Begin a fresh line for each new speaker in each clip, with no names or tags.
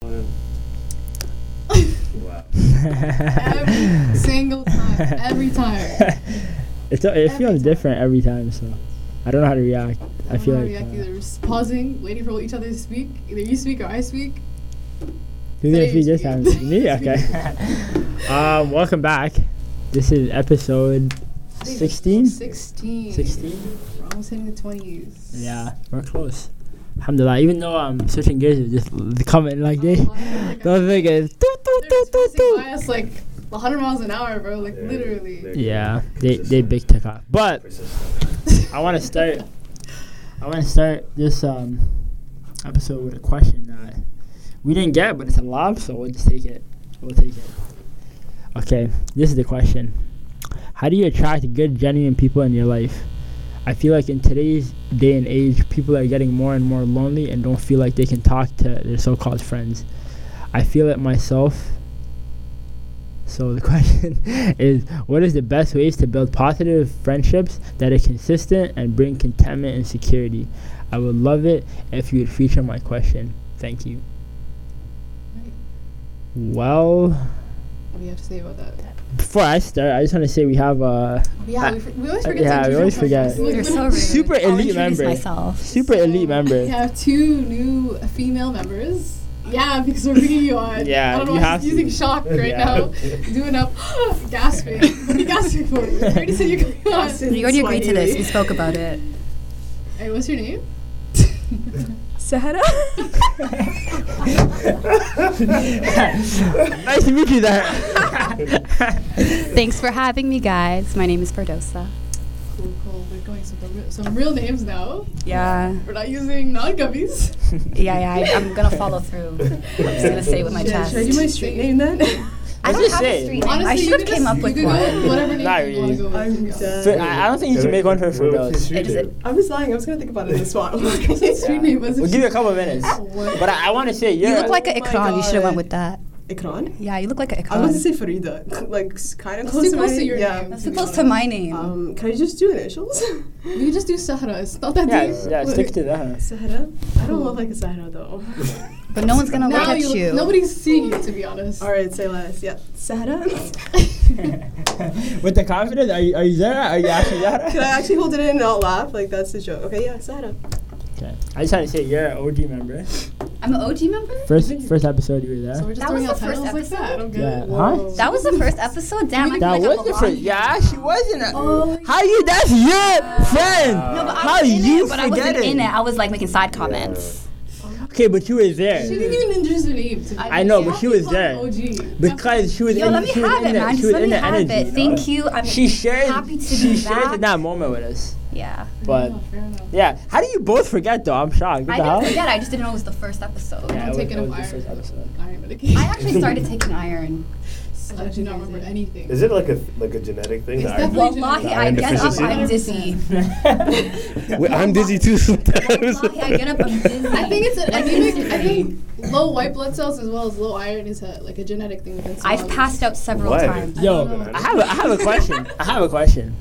every single time, every time.
It's, it
Every time.
feels different every time, so I don't know how to react. I,
I
feel
don't
like
react
uh,
either. We're just pausing, waiting for each other to speak. Either you speak or I speak.
who did we just have?
Please.
Me? Okay. um, welcome back. This is episode
I think it's
16?
16.
16?
We're almost hitting the 20s.
Yeah, we're close. Alhamdulillah, even though I'm switching gears, it's just l- coming like this.
Oh,
The other thing is, toot, toot,
They're
toot,
just
toot,
passing
toot.
by us like 100 miles an hour, bro. Like,
Yeah,
literally.
they're
Yeah, they, they big took off. But
Persistent.
I want to start. I want to start this um, episode with a question that we didn't get, but it's a lob, so we'll just take it. We'll take it. Okay, this is the question: How do you attract good, genuine people in your life? I feel like in today's day and age, people are getting more and more lonely and don't feel like they can talk to their so-called friends. I feel it myself. So the question is, what is the best ways to build positive friendships that are consistent and bring contentment and security? I would love it if you would feature my question. Thank you.
Right.
Well,
What do you have to say about that?
before I start, I just want to say we have a
Yeah,
Uh,
we, f- we always
uh,
forget to
yeah, we
introduce
always forget.
ourselves.
You're so rude.
Super
I'll
elite
introduce
member.
myself.
super
So,
elite member.
We have two new female members. Yeah, because we're bringing you on.
Yeah,
I don't know
you
why
have
she's
to.
using shock right
Yeah.
now. Doing up, gasping. What are you gasping for? You already said you're coming on.
You already agreed to this. We spoke about it.
Hey, what's your name?
Sahara?
nice to meet you there.
Thanks for having me, guys. My name is Pardosa.
Cool, cool. We're going some, some real names now.
Yeah.
We're not using non gummies.
Yeah, yeah. I, I'm going to follow through. I'm just going to say it with my
Should,
chest.
should I do my street name then?
I
Let's
don't
just
have
say
a
it.
street name.
Honestly,
I
you
should
could
have
just-
came up with
You could go with
one.
whatever name
Not
you want to
really.
go with.
I'm
Yeah.
dead.
But I I don't think you should make one for
Well, it's
Firdaus.
your
It is
name.
I was lying. I was gonna think about it as well.
His street Oh, name was
We'll give you a couple minutes. But I, I want to say you're
You look like an
my
Ikran. You should have went
God.
with that.
Ikran.
Oh Yeah, you look like an
I was
Ikran.
gonna say Farida. Like kind of
That's
close
too
to my
Uh, close to your
yeah.
name.
That's too close to my name.
Um, can I just do initials?
We can just do Sahara. It's not that
yeah,
deep.
yeah,
Wait.
stick to that.
Sahara. I don't look like a Sahara though.
but no one's going to look
Now
at
you,
you.
nobody's seeing you, to be honest.
All right, say less. Yeah, Sahara.
With the confidence, are you, are you there? Are you actually there?
can I actually hold it in and not laugh? Like that's the joke. Okay, yeah, Sahara.
Okay. I just had to say you're an OG member.
I'm an OG member?
First first episode you were there.
So we're just
That
throwing out
was the first
titles like that.
episode?
I'm good.
yeah. Huh?
That was the first episode. Damn, I feel
That
like
was
I'm
the
a
first.
lot.
Yeah, she wasn't. a-
Oh,
How you? That's your friend.
No, but I
How
was in
you
it, but I
forget
wasn't
it?
in it. I was like making side comments.
Okay, but you were
She
there
didn't even introduce the name. To me.
I-
I know,
Yeah,
but she was there
OG.
because she was
Yo,
in.
let me
she was
have
in
it,
that-
man.
She
Just
was
let
in
me
that
have
energy.
it.
you know?
Thank you. I'm
She shared.
happy to
she
be
shared
back.
in that moment with us.
Yeah.
But
Oh, fair enough.
yeah, how do you both forget though? I'm shocked. What
I
the hell?
didn't forget. I just didn't know it was the first episode.
I'm
Yeah, it was-
taking
it
a
was the
wire.
first episode.
I am
I actually started taking iron.
I do not remember anything.
Is it like a like a genetic thing?
It's
that I-
definitely-
Wallahi, I
Iron
get up, I'm
deficiency?
dizzy.
Wait, I'm dizzy too sometimes.
Wallahi, I get up, I'm dizzy.
I think it's an
Like,
anemic. I think low white blood cells as well as low iron is a, like a genetic thing. within
I've
someone.
passed out several
What?
times.
Yo, I have a, I have a question. I have a question.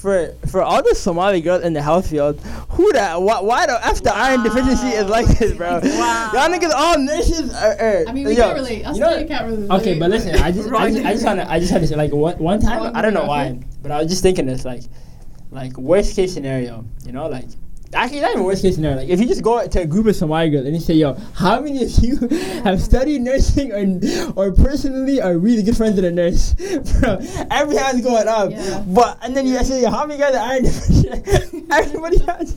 For for all the Somali girls in the health field, who the why, why the f the iron deficiency is like this, bro?
Wow.
Y'all niggas all nurses are. are
I mean, we
yo,
can't relate. I'll
you know-
say you can't relate.
Okay, but listen, I just, I just, I just had to, I just had to say, like, one, one
Oh,
time, I don't know why,
okay.
but I was just thinking this, like, like worst case scenario, you know, like, actually not even worst case scenario, like, if you just go to a group of Somali girls and you say, yo, how many of you have studied nursing or, or personally are really good friends with a nurse, bro? Every hand's going up,
Yeah.
but and then you say, yo, how many guys are iron deficient? Everybody has.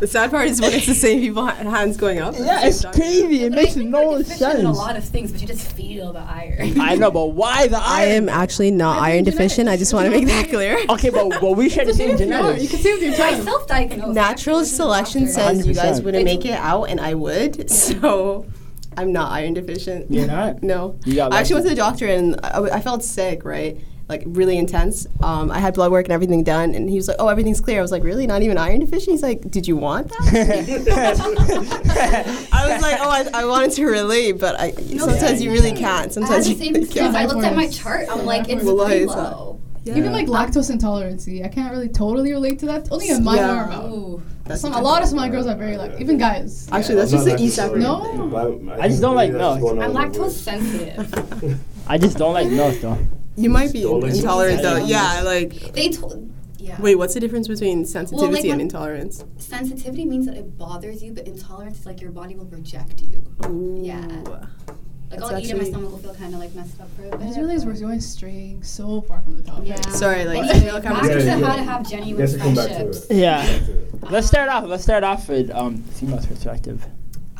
The sad part is when it's the same people ha- hands going up. at the
Yeah,
same
it's
time.
crazy. It
But I
makes
think we're
no
deficient in a
sense.
lot of things, but you just feel the iron.
I know, but why the
I
iron?
am actually not
I
iron
think
deficient. I just want to make that clear.
Okay, but, but we share the same
No, you
genetics.
can see with your
I
child.
self-diagnosed.
Natural selection says you guys
100%.
wouldn't make it out, and I would. So I'm not iron deficient.
You're not?
No.
You got
I actually went
lucky.
to the doctor, and I, I felt sick, right? Like really intense. Um, I had blood work and everything done, and he was like, "Oh, everything's clear." I was like, "Really? Not even iron deficient?" He's like, "Did you want that?" I was like, "Oh, I, I wanted to relate, but I sometimes you really can't.
I had
Sometimes
the
you
same experience. I looked at my
Backwards.
chart. I'm like, it's
Wallahi,
pretty
it's not-
low.
Even like lactose intolerancy, I can't really totally relate to that. Only a minor
Yeah.
amount.
Ooh.
That's
Some, a lot of Somali girls are very like, even guys.
Actually, that's
I'm
just
not
the East
lactose
African.
No.
intolerant. I'm-
I just don't
maybe
like milk.
that's going
I'm
on
lactose
with-
sensitive.
I just don't like milk though.
You might be
Don't like
intolerant though.
sensitivity.
Yeah, like
They told. Yeah.
wait, what's the difference between sensitivity
when-
and intolerance?
Sensitivity means that it bothers you, but intolerance is like your body will reject you. Yeah. Like
That's
I'll eat and my
actually-
stomach will feel kind of like messed up for a bit.
I just realized
but-
we're going straying so far from the topic.
Yeah.
Sorry, like,
Anyway,
I feel like I'm
back to
Yeah, yeah.
how to have genuine
Let's come back to
friendships.
it.
Yeah.
Back
Let's start off. Let's start off with um female's perspective.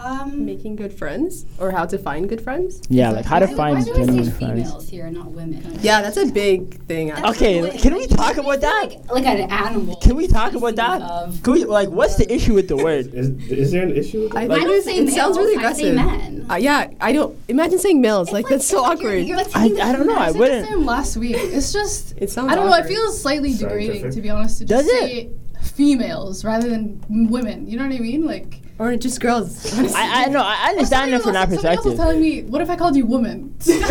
Um,
Making good friends or how to find good friends?
Yeah, like how to
why-
find
why do I say
genuine friends.
females here, not women?
Yeah, that's a big thing.
That's
Okay,
annoying.
can we
Like, you
talk
make
about
me feel Like, like an animal.
Can we talk about
Species
that?
of-
Can we like what's the issue with the
to it.
word?
Is, is there an issue with
I
that?
I
think
don't
there's-
say
it sounds really
males, I say
aggressive.
men.
Uh, yeah, I don't imagine saying males.
It's
Like, that's so
like you're-
awkward.
You're, like
I,
taking
I don't know. I
I said the
wouldn't.
same last week. It's just
It sounds
I don't know. It
awkward.
feels slightly degrading
Scientific.
to be honest to
Does
just
it?
say females rather than m- women. You know what I mean? Like
or just girls.
I I know. I understand
somebody
it from that
else- somebody else was
perspective.
telling me, "What if I called you woman?" That's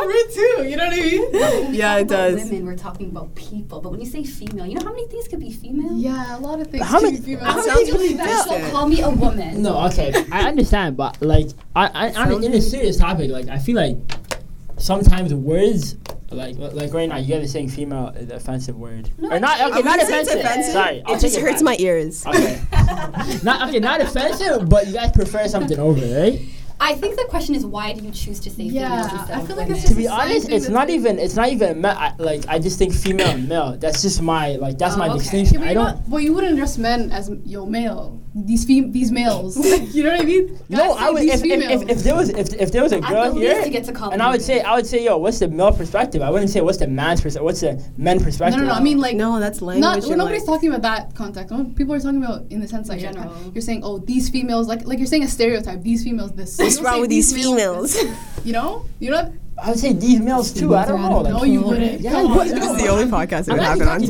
rude too. You know what I mean?
When we
Yeah,
talk
it
about
does.
Women, we're talking about people, but when you say female, you know how many things could be female?
Yeah, a lot of things.
How
to
many-
be female.
how many
Sounds
Don't
really
be special.
bad.
Call me a woman.
No, okay, I understand, but like, I, I, on,
Sounds
in a
really-
serious topic, like, I feel like sometimes words, like, like right now, you guys are saying female is an offensive word,
No,
or not?
I-
Okay,
I
not
wouldn't say
it's
offensive.
offensive.
Sorry, I'll
it just
take
hurts my
back.
ears.
Okay, not okay, not offensive, but you guys prefer something over, right?
I think the question is why do you choose to say
Yeah,
females instead
I
of
feel like
women?
it's
To
just-
be
the same
honest,
thing
it's
that
not
they-
even, it's not even me- I, like I just think female and male. That's just my like, that's
Oh,
my
okay.
distinction.
Yeah, but
I
you
don't.
well, you wouldn't address men as yo male. These fem- these males. you know what I mean?
No,
Guys say
I would
these
if, if,
females.
if, if there was if, if there was a
At
girl
the
here,
least you get to call
and
them
I would say
women.
I would say, yo, what's the male perspective? I wouldn't say what's the man's perspective. What's the men
no,
perspective?
no, no. I mean like
No, that's language.
not
and,
nobody's
like-
talking about that context. No, People are talking about in the sense like
General.
you're saying, oh, these females like like you're saying a stereotype. These females this.
What's
You don't
wrong
say
with these
males this.
females?
you know, you know.
I would say these males too. I don't know. Like,
no, you wouldn't.
Yeah,
Come on,
what-
no.
this
This is the only podcast that
I'm
would
not
happen on.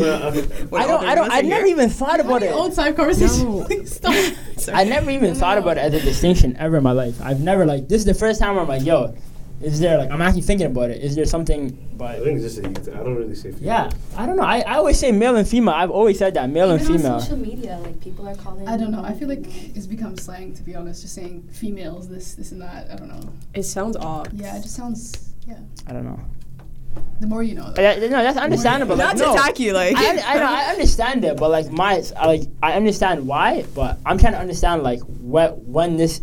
even
Well, I mean,
I don't. I don't. I never even thought about
Any
it.
old time conversation.
No.
Please stop.
I never even thought about it as a distinction ever in my life. I've never like. This is the first time where I'm like, yo, is there like? I'm actually thinking about it. Is there something?
I
But
think it's just a you thing. I don't really say female.
yeah, I don't know. I, I always say male and female. I've always said that male and
Even
female.
on social media, like people are calling.
I don't know. I feel like it's become slang to be honest. Just saying females this this and that. I don't know.
It sounds odd.
Yeah, it just sounds. Yeah.
I don't know.
The more you know.
But that- no, that's understandable. Like,
Not to
no.
attack you, like.
I, I know I understand it, but like my I, like I understand why, but I'm trying to understand like what when this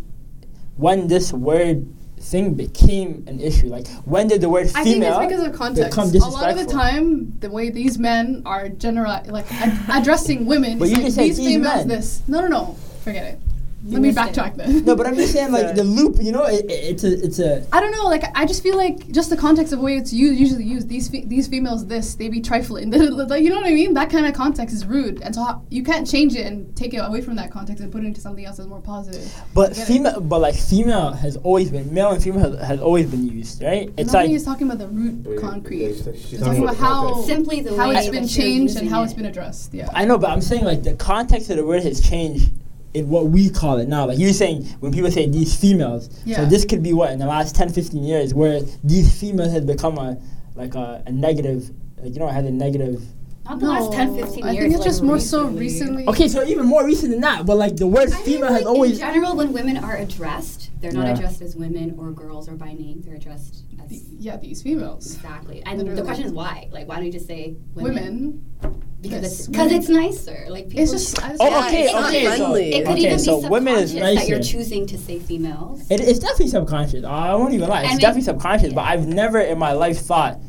when this word thing became an issue. Like when did the word
I think
female
it's because of context.
become
A lot of the
disrespectful?
time, the way these men are general, like ad- addressing women,
But
is
you
like,
just said
these
these
females,
men.
this. No, no, no. Forget it. Let me
missed it.
backtrack then.
No, but I'm just saying like the loop. You know, it, it- it's a it's a
I don't know. Like I just feel like just the context of the way it's used, usually used. These fe- these females, this they be trifling. like you know what I mean? That kind of context is rude, and so ho- you can't change it and take it away from that context and put it into something else that's more positive.
but
Get it.
female but like female has always been male and female has, has always been used, right? It's
Nobody
like
is talking about the root
Wait,
concrete.
she's- she's
They're talking about
the
how
context.
Simply the
how
way
it's
that
been
you're
changed and
using
how
it.
it's been addressed. Yeah.
I know, but I'm saying like the context of the word has changed in what we call it now. Like you're saying when people say these females, so
Yeah.
this could be what in the last 10, 15 years where these females has become a like a, a negative, like you know, it has a negative.
Not the last 10, 15 years.
I think it's
like
just more so
recently.
recently.
Okay, so even more recent than that, but like the word
I think,
female
like,
has always.
In general, when women are addressed, they're not
Yeah.
addressed as women or girls or by name. They're addressed
Th-
as
Yeah, these females,
exactly. And the
Literally.
question is why? Like, why don't you just say women?
women.
Because
Yes,
it's because
women.
it's nicer. Like people.
It's just. I
Oh,
yeah,
okay,
it's
not
okay, so,
friendly.
it could
okay,
even
so
be
women is
subconscious that
nicer.
you're choosing to say females.
It, it's definitely subconscious. I won't even lie. It's
I mean-
definitely subconscious, but I've never in my life thought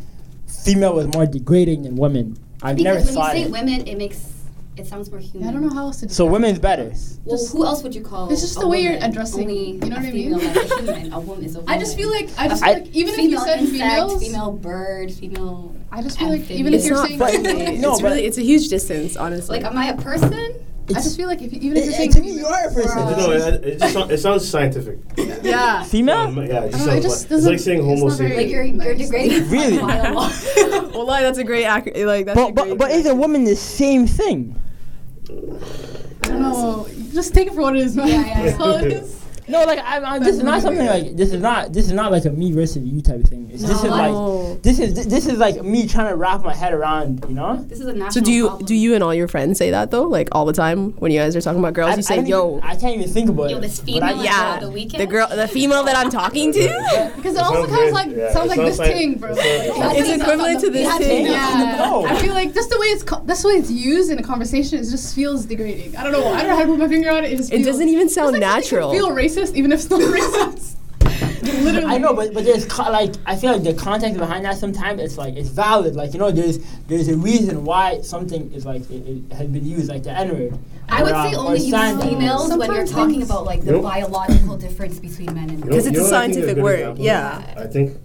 female was more degrading than women. I've never
because when
thought
you say
it.
women, it makes it sounds more human.
I don't know how else to.
So
describe
women's
it.
better.
Well,
Just-
who else would you call?
It's just
a
the way you're
woman?
addressing-
Only
you know what
a
I mean?
female that's a human. A woman is a woman.
I just feel like I just
I-
feel like even if you
female
said
insect,
females,
female bird, female.
I just feel like even if
amphibian.
it's
you're
not
saying
funny.
females,
No,
it's
but-
really it's a huge distance, honestly.
Like, am I a person?
I just feel like if you, even if
It-
you're
it-
saying
to me, you
females,
are a
or,
person.
uh,
No, it, it, just sounds, it sounds scientific.
yeah.
Female?
Um, yeah,
I
it just
don't know, it
sounds
just
like, it's like
doesn't-
saying
it's
homo
not very-
Like you're you're
Nice.
degrading.
Really?
Why
Well, like, that's a great accurate. Like that's a
But, but,
great
but is a
connection.
woman the same thing?
I don't know. Just take it for what it is, man.
Yeah, yeah,
That's all it
yeah.
is.
No, like I, I, this is not something like this is not this is not like a me versus you type of thing. It's, This is
No.
like this is this is like me trying to wrap my head around. You know,
This is a national
So do you
problem.
do you and all your friends say that though? Like all the time when you guys are talking about girls, you say,
don't
"Yo,
even- I can't even think about
Yo,
it.
this
but I-
female is
yeah,
the weekend?
the girl, the female that I'm talking to."
Because it also kind of like sounds like this thing, bro.
It's equivalent to this
Yeah,
thing.
yeah.
No.
I feel like just the way it's co- that's the way it's used in a conversation. It just feels degrading. I don't know. I don't know how to put my finger on it. It, just
It
feels-
doesn't even
it's
sound
like something can
natural.
Feel racist, even if it's not racist. Literally,
I know, but but there's co- like I feel like the context behind that sometimes it's like it's valid. Like you know, there's there's a reason why something is like it, it has been used like the N word.
I would
um,
say only use
females.
females when you're
Sometimes
talking
things-
about like the
Nope.
biological difference between men and women.
Because it's a scientific word, yeah.
I think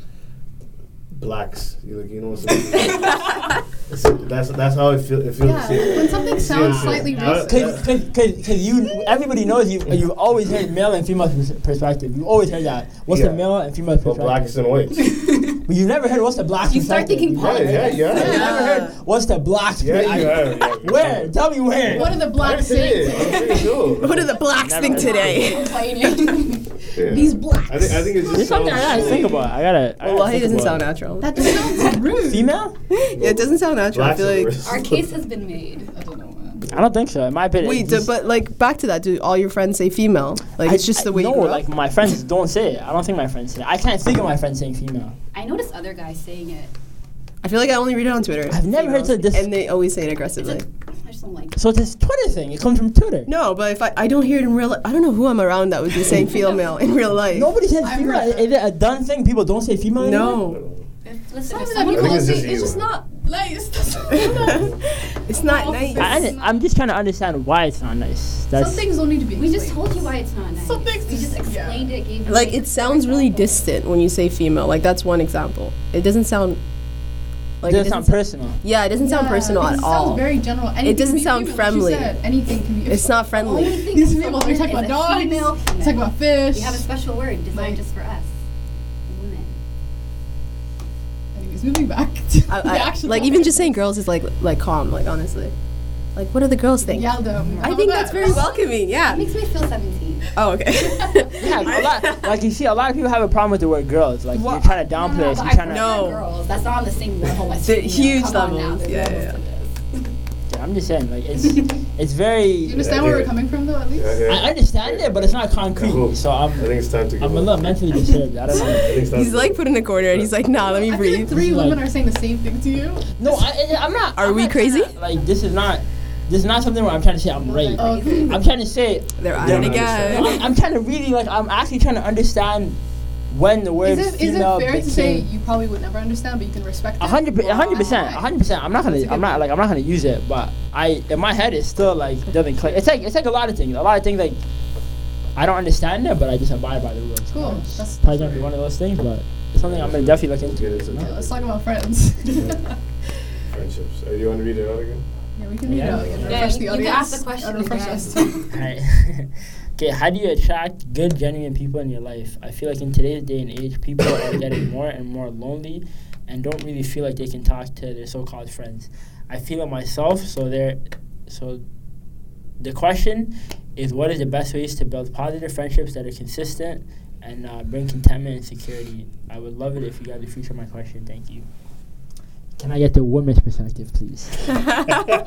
blacks. You like you know what I'm saying? It's- that's that's how it feels. It feels
Yeah, when something sounds slightly
Cause, cause, cause, 'cause you, everybody knows you. You've always heard male and female pers- perspective. You always heard that. What's the
Yeah.
male and female
But
perspective?
blacks and whites. yeah,
But you never heard what's the black.
You start
perspective.
thinking
You never
yeah,
heard- You
yeah.
never heard what's the black.
Yeah, you
perspective.
have. yeah, you
Where?
have.
Tell me where.
What are the
I didn't
blacks
say
saying?
it. I didn't say no.
What do the blacks
Never
think
mind.
today?
Complaining.
Yeah.
These blacks.
I think I think it's just
There's something I gotta
sounds-
think about. I gotta. I gotta
Well, he
think
doesn't
about
sound
it.
natural.
that just sounds rude.
Female?
yeah, it doesn't sound natural. I
Blacks
feel
are
like.
worse.
Our case has been made.
I don't know. Man.
I don't think so. In my opinion,
Wait,
it's
do,
just-
but like back to that. Do all your friends say female? Like
I-
it's just the way
I,
you
no,
grew up?
like my friends don't say it. I don't think my friends say it. I can't think of my friends saying female.
I noticed other guys saying it.
I feel like I only read it on Twitter.
I've never heard
Females.
this-
And they always say it aggressively.
I just don't like. it.
So this Twitter thing, it comes from Twitter.
no, but if I, I don't hear it in real life, I don't know who I'm around that would be saying female in real life.
Nobody says
I'm
female.
not-
Is it a done thing? People don't say female. anymore?
No.
Listen, if
Sometimes
someone-
people
think it's
say-
just
it's
you.
just not like it's
it's not nice.
I, I, am just trying to understand why it's not nice. That's
some things don't need to be.
we just
explained.
told you why it's not nice.
Some things
we just
just- yeah.
explained it. Gave you
like it sounds really distant when you say female. Like that's one example. It doesn't sound like
it doesn't sound personal.
yeah, it doesn't sound
Yeah,
personal
because
at
it
all.
Sounds very general. Anything
doesn't
can be
sound
female, like you
friendly.
said. anything can be.
it's not
Only
friendly.
thing
These
for
females, we
women
talk about
is a
dogs.
Female,
We talk about fish.
We have a special word
Like-
designed just for us, women.
Anyways, moving back. To
I,
the
I-
actual
like
topic.
even just saying girls is like like calm. Like honestly, like what do the girls think?
Yeah, them.
I think that's very welcoming.
It
Yeah.
makes me feel 17.
Oh okay.
Yeah, a lot. Like you see, a lot of people have a problem with the word girls. Like you're trying to downplay. us,
but
You're
I
trying to.
No.
prefer girls. That's not on the same level as
The
female.
huge
Come on
levels.
now,
Yeah,
there's
yeah,
levels to this.
I'm just saying, like it's it's
You
very.
understand
Yeah,
where
yeah.
we're coming from, though, at least.
Yeah, yeah.
I understand it, but it's not concrete. So
I
I'm
think it's time to give
I'm a
up.
little mentally disturbed. I don't know.
I think it's time
He's
to-
like put in a corner and he's like, nah, let me
I feel like
breathe.
three
Like-
women are saying the same thing to you.
No, I, I- I'm not.
Are
I'm
we
not
crazy?
trying to- like this is not. This is not something where I'm trying to say I'm right.
Okay.
I'm trying to say
They're
Yeah,
on
I
it again.
I'm, I'm trying to really like I'm actually trying to understand when the
Is
word
it, is it
female
fair to say
became.
you probably would never understand, but you can respect it?
A hundred, per- a hundred percent, a
Why?
hundred percent. I'm not gonna,
That's a good
I'm not like, I'm not gonna use it. But I, in my head, it's still like doesn't click. It's like, it's like a lot of things. A lot of things like I don't understand it, but I just abide by the rules.
Cool.
It's
That's-
probably gonna be one of those things, but it's something I'm gonna definitely look
Let's get
into.
into
Okay, Let's talk about friends.
friendships. Uh, you want to read it out again?
yeah, we can read
Yeah.
out again.
Yeah,
refresh
you-
the
you can
audience.
ask the question
and refresh
again.
us.
Alright. okay, how do you attract good, genuine people in your life? I feel like in today's day and age, people are getting more and more lonely and don't really feel like they can talk to their so called friends. I feel it myself, so there so the question is what is the best ways to build positive friendships that are consistent and uh, bring contentment and security? I would love it if you guys would feature my question. Thank you. Can I get the woman's perspective, please?
You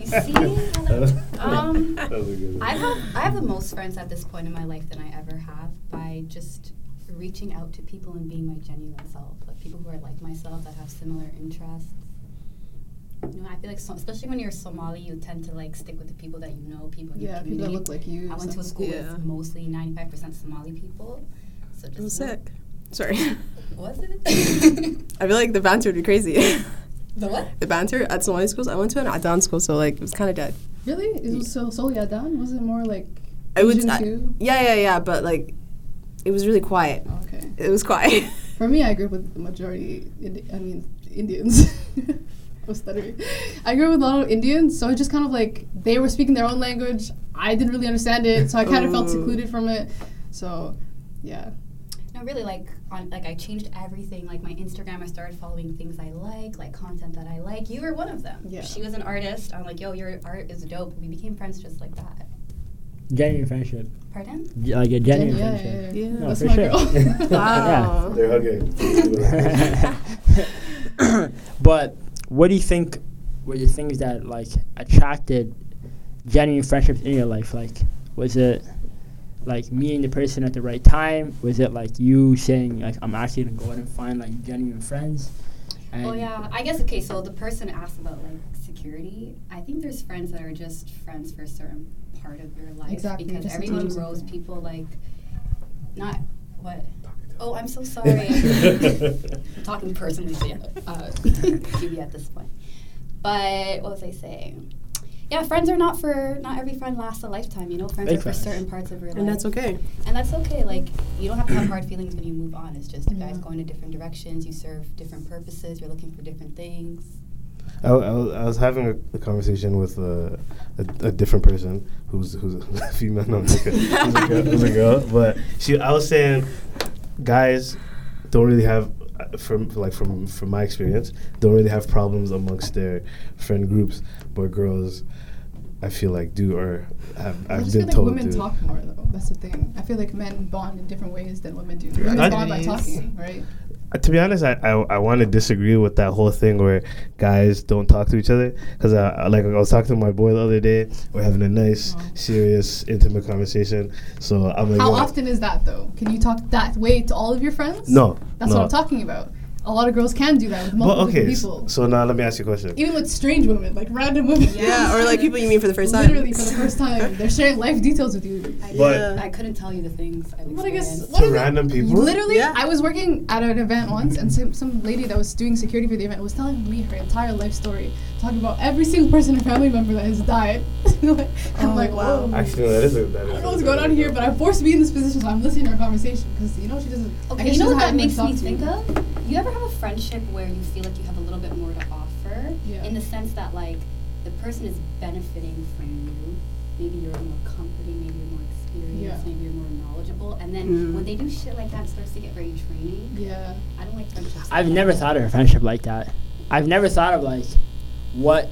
see? Um,
that was a good one.
I have I have the most friends at this point in my life than I ever have by just reaching out to people and being my genuine self, like people who are like myself that have similar interests. You know, I feel like so, especially when you're Somali, you tend to like stick with the people that you know, people in your
Yeah, people
community.
that look like you.
I went to a school
Yeah.
with mostly 95% Somali people. So just
I'm
know-
sick. Sorry.
Was it?
I feel like the banter would be crazy.
the what?
the banter at Somali schools, I went to an Adan school, so like it was kind of dead.
Really? It was so solely Adan? Was it more like
It was,
Asian
I-
too?
yeah, yeah, yeah, but like it was really quiet.
Okay.
It was quiet.
For me, I grew up with the majority, Indi- I mean, Indians. I'm stuttering. I grew up with a lot of Indians, so it just kind of like they were speaking their own language. I didn't really understand it, so I kind of felt
Ooh.
secluded from it. So, yeah.
No, really, like on like I changed everything. Like my Instagram, I started following things I like, like content that I like. You were one of them.
Yeah.
She was an artist. I'm like, yo, your art is dope. We became friends just like that.
genuine friendship,
Pardon?
Ge- like
Yeah,
a genuine
yeah, yeah.
friendship.
yeah.
No,
That's
for
my girl.
sure.
Wow.
They're hugging.
um,
but what do you think were the things that like attracted genuine friendships in your life? Like, was it like meeting the person at the right time? Was it like you saying like I'm actually gonna go out and find like genuine friends? And
Oh yeah, I guess okay. So the person asked about like security. I think there's friends that are just friends for a certain part of your life
Exactly,
because
just to
everyone
do something.
grows. People like not what. Oh, I'm so sorry. I'm talking personally to uh, Judy at this point. But what was I saying? Yeah, friends are not for not every friend lasts a lifetime. You know, friends
Big
are for
facts.
certain parts of your life,
And that's okay.
and that's okay. Like you don't have to have hard feelings when you move on. It's just you guys
Yeah.
go into different directions. You serve different purposes. You're looking for different things.
I, I, was, I was having a, a conversation with a, a, a different person who's who's a female, no, who's a, who's a girl, who's a girl. But she, I was saying, guys don't really have, uh, from like from from my experience, don't really have problems amongst their friend groups, but girls, I feel like do or have
I
I've
just
been
feel like
told
women
do.
talk more though. That's the thing. I feel like men bond in different ways than women do.
Yeah.
Women
I-
bond by talking, right?
Uh, to be honest, I, I, I want to disagree with that whole thing where guys don't talk to each other. Because uh, like I was talking to my boy the other day, we're having a nice, serious, intimate conversation. So I'm like,
Oh. How
yo,
often is that though? Can you talk that way to all of your friends?
No,
That's
no.
what I'm talking about. A lot of girls can do that with
But
multiple
okay,
different
s-
people.
so now let me ask you a question.
Even with strange women, like random women.
Yeah, or like people you meet for the first time.
Literally for the first time, they're sharing life details with you.
I,
But-
Yeah.
I couldn't tell you the things I
What I guess,
experienced.
what
To
is it?
random people?
Literally,
Yeah.
I was working at an event once, and some, some lady that was doing security for the event was telling me her entire life story, talking about every single person, her family member that has died. I'm like,
Oh, wow.
wow. I
Actually, no, that is a, that is
don't know what's going on here, but I forced me in this position, so I'm listening to her conversation because you know she doesn't. I
Okay,
guess
you
she
know
doesn't
what
have
that
much
makes
talk
me
to
think of? You ever have a friendship where you feel like you have a little bit more to offer?
Yeah.
In the sense that, like, the person is benefiting from you. Maybe you're more comforting, maybe you're more
Yeah.
experienced, maybe you're more knowledgeable. And then
Mm-hmm.
Mm.
when they do shit like that, it starts to get very draining.
Yeah.
I don't like friendships. like
I've
that.
never thought of a friendship like that. I've never thought of like what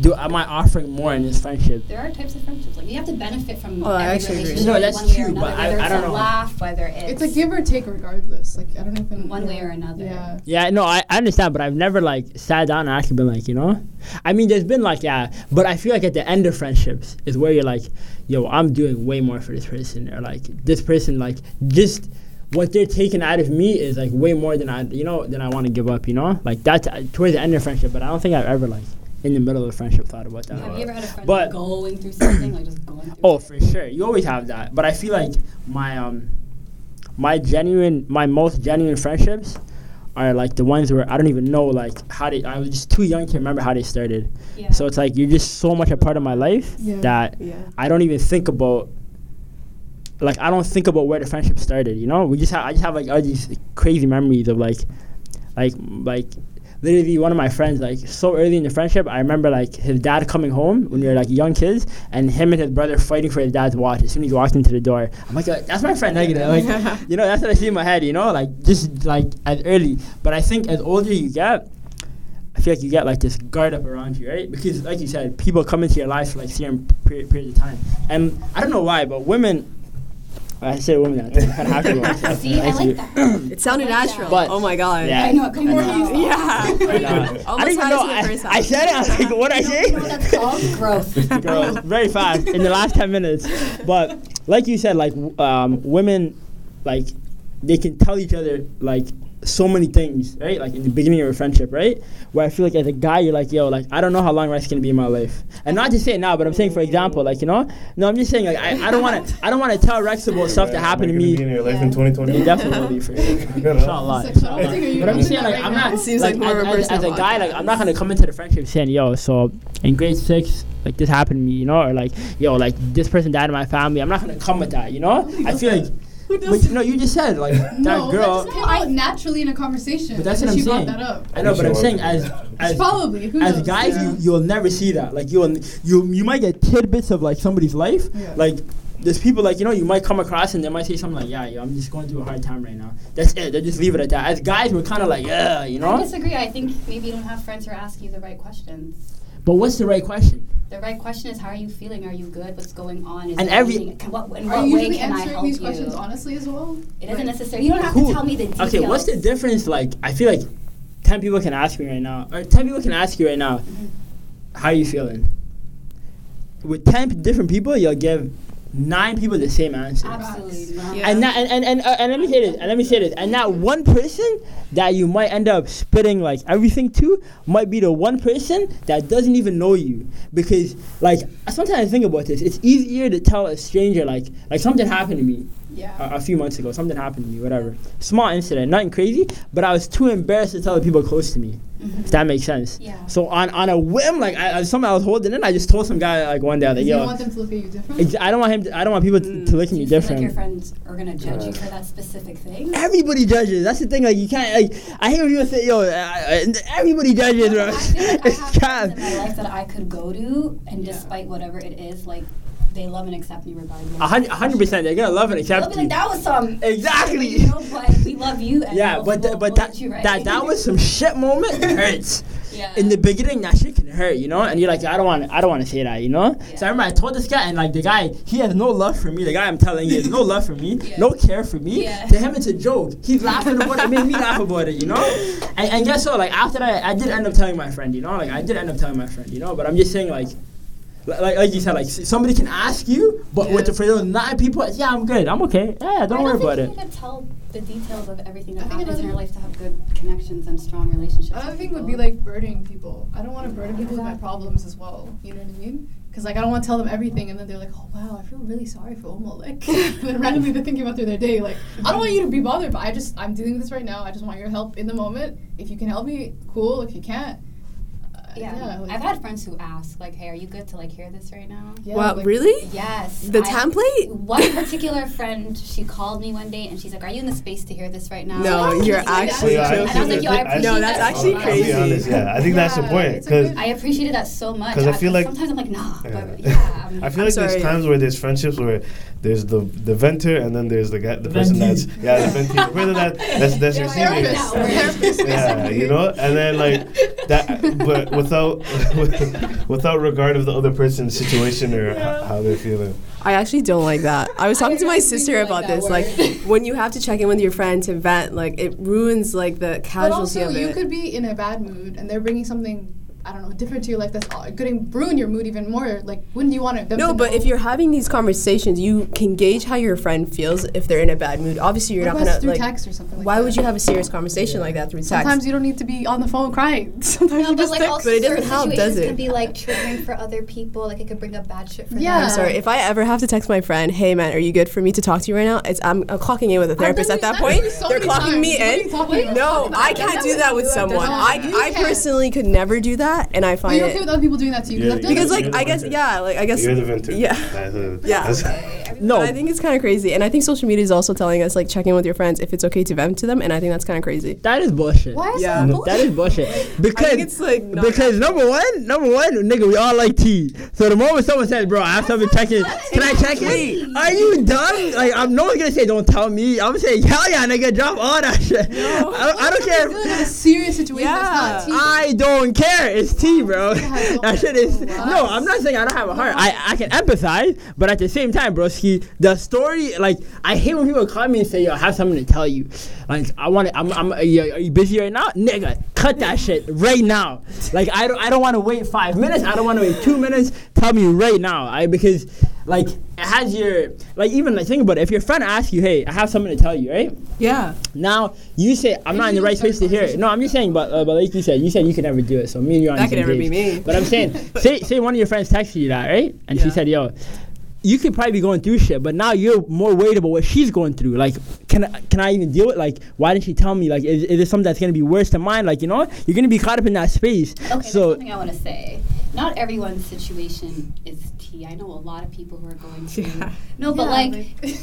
do am I offering more in this friendship?
There are types of friendships. Like, you have to benefit from
Oh, I
every
actually agree.
relationship
No, that's
one way or
true, but
another.
I- I
whether it's
don't
a
know.
laugh, whether
It's
it's...
a give or take, regardless. Like I don't know if in
One way or another.
Yeah.
Yeah, no, I, I understand, but I've never like sat down and actually been like, you know, I mean, there's been like, yeah, but I feel like at the end of friendships is where you're like, yo, I'm doing way more for this person, or like this person, like just what they're taking out of me is like way more than I, you know, than I want to give up, you know, like that's uh, towards the end of friendship, but I don't think I've ever like in the middle of friendship thought about that.
Have you ever had a friend
But-
going through something? Like, just going through
Oh, for sure. You always have that. But I feel like my um my genuine my most genuine friendships are like the ones where I don't even know like how they I was just too young to remember how they started.
Yeah.
So it's like you're just so much a part of my life
Yeah.
that
Yeah.
I don't even think about like I don't think about where the friendship started, you know? We just have I just have like all these crazy memories of like like like literally one of my friends like so early in the friendship i remember like his dad coming home when we were like young kids and him and his brother fighting for his dad's watch as soon as he walked into the door i'm like that's my friend Nagina. like you know that's what i see in my head you know like just like as early but i think as older you get i feel like you get like this guard up around you right because like you said people come into your life for like certain peri- periods of time and i don't know why but women I say women. I kind of have to. go with that.
See, I like that.
It sounded
Like
natural.
that.
oh my god.
Yeah.
I know, it comes out.
Uh,
Yeah.
I
Almost
didn't even
had
know.
us in the
I,
first
I
half.
said it. I was like, what I say?
You know what that's called? Growth.
girls very fast in the last 10 minutes but like you said like w- um, women like they can tell each other like so many things right like in the beginning of a friendship right where i feel like as a guy you're like yo like i don't know how long rice gonna be in my life and not to say it now but i'm saying for example like you know no i'm just saying like i, I don't want to i don't want to tell rex about stuff that happened to
in
me
your life in 2021?
definitely for sure Inshallah,
It's like,
inshallah.
I don't think you're
But
using
I'm just saying,
that
like,
right
I'm
now.
not.
It seems like more
as,
of a
as- as,
personal
a guy, like,
podcast.
I'm not gonna come into the friendship saying, "Yo, so in grade six, like this happened to me," you know, or like, "Yo, like this person died in my family." I'm not gonna come with that, you know. I feel like,
Who
but
does?
no, you just said like that
no,
girl.
That just came out naturally in a conversation.
But that's
and
what I'm
she
saying.
brought that up.
I know, but I'm saying as as.
Probably. Who
As
knows?
guys, you, you'll never see that. Like you'll you you might get tidbits of like somebody's life.
Yeah.
Like there's people like you know you might come across and they might say something like, "Yeah, yo, I'm just going through a hard time right now." That's it. They just leave it at that. As guys, we're kind of like, "Yeah," you know.
I disagree. I think maybe you don't have friends who are asking you the right questions.
But what's the right question?
The right question is, how are you feeling? Are you good? What's going on? Is
And
there
every-
anything- can- what, in
Are
what
you
way
usually
can I help
answering these
you?
questions honestly as well?
It
Like,
doesn't necessarily. You don't have
Who-
to tell me the details.
Okay, what's the difference? Like, I feel like ten people can ask me right now, or ten people can ask you right now,
Mm-hmm.
how you feeling? With ten p- different people, you'll give nine people the same answer.
Absolutely not.
Yeah.
And not, and and and, uh, and let me say this, and let me say this, and not one person that you might end up spitting like everything to might be the one person that doesn't even know you because like sometimes I think about this, it's easier to tell a stranger like like something happened to me
Yeah.
a, a few months ago. Something happened to me, whatever. Small incident, nothing crazy, but I was too embarrassed to tell the people close to me.
Mm-hmm.
If that makes sense.
Yeah.
So on, on a whim, like I, I something I was holding in, I just told some guy like one day, I was like,
you
yo,
don't want them to look at you differently.
ex- I don't want him. To, I don't want people to, to look at
Do
me
you feel like
different.
your friends are gonna judge you for that specific thing?
Everybody judges. That's the thing. Like you can't. Like I hate when people say, "Yo, uh, uh, everybody judges." Bro.
I feel like I
it's
have friends
cap.
in my life that I could go to, and
Yeah.
despite whatever it is, like they love and accept me regardless.
A hun- a hundred percent. They're gonna love and
They'll
accept
be
you.
like, that was some
Exactly.
You know, but we love you. And
yeah,
we'll-
but
we'll-
th- but
we'll
that
let you right.
that that was some shit moment. It hurts.
yeah.
in the beginning that shit can hurt, you know? And you're like, I don't want I don't want to say that, you know? So I remember I told this guy and like the guy, he has no love for me. The guy I'm telling you has no love for me,
Yeah.
no care for me.
Yeah.
To him it's a joke. He's laughing about it, made me laugh about it, you know? And, and guess what? Like after that I did end up telling my friend, you know, like I did end up telling my friend, you know, but I'm just saying like li- like, like you said, like s- somebody can ask you, but with the for those nine people, yeah, I'm good, I'm okay, yeah, don't
I
worry
don't
about it.
think you could tell the details of everything
I
that
think
happens in
another-
your life to have good connections and strong relationships.
Another
with
thing would
people.
be like burdening people. I don't want to burden people with my
Exactly.
problems as well. You know what I mean? Because like I don't want to tell them everything, and then they're like, "Oh wow, I feel really sorry for Omal." Like, and then randomly they're thinking about through their day. Like, I don't want you to be bothered, but I just I'm dealing with this right now. I just want your help in the moment. If you can help me, cool. If you can't, uh,
Yeah.
like-
I've had friends who ask, like, hey, are you good to like hear this right now?
yeah,
Wow,
like-
really?
Yes.
The
I-
template?
One particular friend, she called me one day and she's like, Are you in the space to hear this right now?
No,
Like,
you're
I was like,
actually
"Yes."
joking.
And I was like, Yo, I
No,
appreciate
that's
that so
actually
much."
I'll be
crazy.
honest, yeah, I think that's the
Yeah,
point
it's a
because
good-
I appreciated that so much.
'Cause I feel like-
sometimes I'm like, nah, but
Yeah.
yeah. I'm-
I feel like
sorry.
there's times where there's friendships where there's the the venter and then there's the guy, the person
Ventee.
that's yeah, the ventee, the person that that's that's
They're
receiving.
like,
Therapist.
"Nah, we're-"
Therapist.
yeah, you know, and then like that, but without without regard of the other person's situation or ho- how they're feeling.
I actually don't like that. I was
I
talking to my
really
sister
don't
about
like that
this. Like,
word.
when you have to check in with your friend to vent, like it ruins like the
But
casualty
also,
of
you
it.
could be in a bad mood, and they're bringing something I don't know different to your life that's all, it could ruin your mood even more. Like, wouldn't you want it? them
no,
to
but
know?
if you're having these conversations, you can gauge how your friend feels if they're in a bad mood. Obviously, you're
What
not
about
gonna
through
like.
text or something. Like
why
that?
would you have a serious conversation like that through text?
Sometimes you don't need to be on the phone crying. Sometimes
No,
you
but
just
like
text.
also
But it doesn't
certain
help, does
situations
it?
can be like triggering for other people. Like it could bring up bad shit for
Yeah.
I'm
them.
sorry. If I ever have to text my friend, "Hey man, are you good for me to talk to you right now?" It's I'm, I'm clocking in with a therapist
done
at that
this
point.
so
They're
many
clocking
times.
me
What are
in.
you talking about?
No, I
That's
can't
not
do
what
that
you
with
do. That
someone.
doesn't
I,
happen.
I
You can't.
personally could never do that, and I
Are
find
you okay with
it
other people doing that to you?
Yeah,
I've done
you
because
that.
You're
like
the
I guess
venter.
yeah, like I guess
You're the venter.
Yeah.
That's it.
Yeah.
That's-
No,
But I think it's kind of crazy, and I think social media is also telling us like check in with your friends if it's okay to vent to them, and I think that's kind of crazy.
that is bullshit.
Why is
Yeah.
that
No,
bullshit?
That is bullshit. Because
I think it's like not
Because number one, number one, nigga, we all like tea. So the moment someone says, "Bro, I have something checking," can I check it?
Wait.
Are you dumb? Like, I'm no one's gonna say, "Don't tell me." I'm saying, "Hell yeah, nigga, drop all that shit." I, I don't
You're dealing
care.
with a serious situation. That's
Yeah.
not tea.
I don't care. It's tea, bro.
God,
that shit is.
wow.
No, I'm not saying I don't have a heart. I, I can empathize, but at the same time, broski, the story, like, I hate when people call me and say, yo, I have something to tell you. Like, I want to, I'm, I'm, are you, are you busy right now? Nigga, cut that shit right now. Like, I don't, I don't want to wait five minutes. I don't want to wait two minutes. Tell me right now. I, because, like, it has your, like, even, like, think about it. If your friend asks you, hey, I have something to tell you, right?
Yeah.
Now you say I'm not in the right space to hear it. No, I'm just saying. But uh, but like you said, you said you could never do it. So me and you are on
That
the
could
same
never be
page.
me.
But I'm saying, say say one of your friends texted you that right, and she
Yeah.
said, "Yo, you could probably be going through shit, but now you're more worried about what she's going through. Like, can I, can I even deal with? Like, why didn't she tell me? Like, is, is this something that's gonna be worse than mine? Like, you know, you're gonna be caught up in that space.
Okay, there's
so
something I want to say. Not everyone's situation is tea. I know a lot of people who are going through. No, but
Yeah,
like,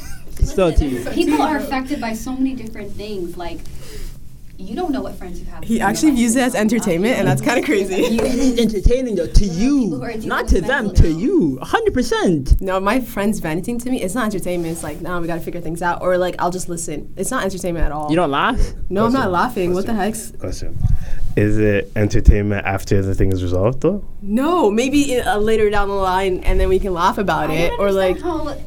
still to you.
Listen,
people are
tea, bro.
affected by so many different things. Like, you don't know what friends you have. in
He
your
actually
life
views it
who
as
are growing up.
entertainment, and that's kind of crazy.
It is entertaining though to
people who
you,
are dealing
not
with
to them,
mental
to
health.
you, 100. percent
No, my friends venting to me, it's not entertainment. It's like, nah, we gotta figure things out. Or like, I'll just listen. It's not entertainment at all.
You don't laugh.
no, I'm not
Question.
laughing. What the
Question.
heck's
Question: Is it entertainment after the thing is resolved though?
No, maybe in, uh, later down the line, and then we can laugh about it, or like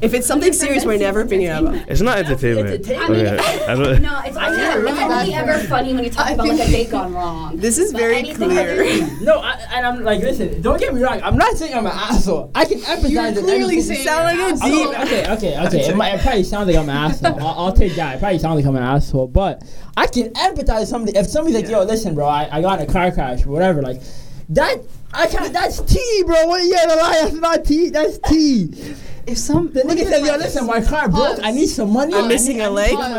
if it's something serious, we're never bringing it up.
It's not entertainment.
I mean,
Okay, I don't-
no, it's only, ever, it's only ever funny when you talk about like a date gone wrong.
This is
But
very
anything other
clear.
than-
No, I, and I'm like, listen, don't get me wrong. I'm not saying I'm an asshole. I can empathize
You're
with
clearly
everything.
saying
sound
you're
like
an
a
I mean,
asshole.
Oh, okay, okay, okay. It, might, it probably sounds like I'm an asshole. I'll, I'll take that. It probably sounds like I'm an asshole, but I can empathize with somebody. If somebody's like, "Yo, listen, bro, I, I got in a car crash, or whatever," like that, I can't. That's tea, bro. What you gonna lie? That's not tea. That's tea.
If some
The nigga said, "Yo, listen, my car broke. I need some money.
I'm
I
missing
need-
a
I need
leg."
my- Oh,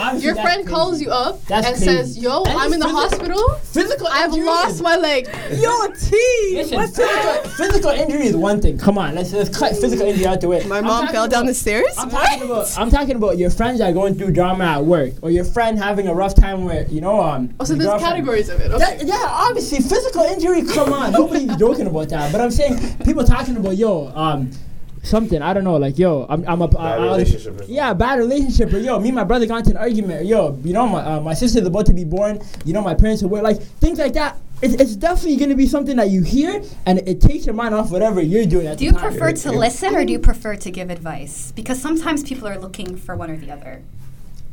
obviously
Your
that's
friend
crazy.
calls you up
That's
and
crazy.
says, "Yo,
And
I'm in the
it's
hospital.
Physical.
I've
injuries.
lost my leg."
Yo, T.
Listen, physical, physical injury is one thing. Come on, let's, let's cut physical injury out the way.
My
I'm
mom
talking
fell down
about-
the stairs.
I'm talking about I'm talking about your friends that are going through drama at work, or your friend having a rough time with you know um.
Oh, so
your
there's
girlfriend.
categories of it. Okay.
That, yeah, obviously physical injury. Come on, nobody's joking about that. But I'm saying people talking about yo um. Something I don't know, like yo, I'm I'm a
Bad
I was-
relationship or
yeah, bad relationship. Or yo, me and my brother got into an argument. Or, yo, you know my uh, my sister's about to be born. You know my parents are weird. Like things like that. It's, it's definitely gonna be something that you hear, and it, takes your mind off whatever you're doing. At
Do
the
you
time.
prefer to listen or do you prefer to give advice? Because sometimes people are looking for one or the other.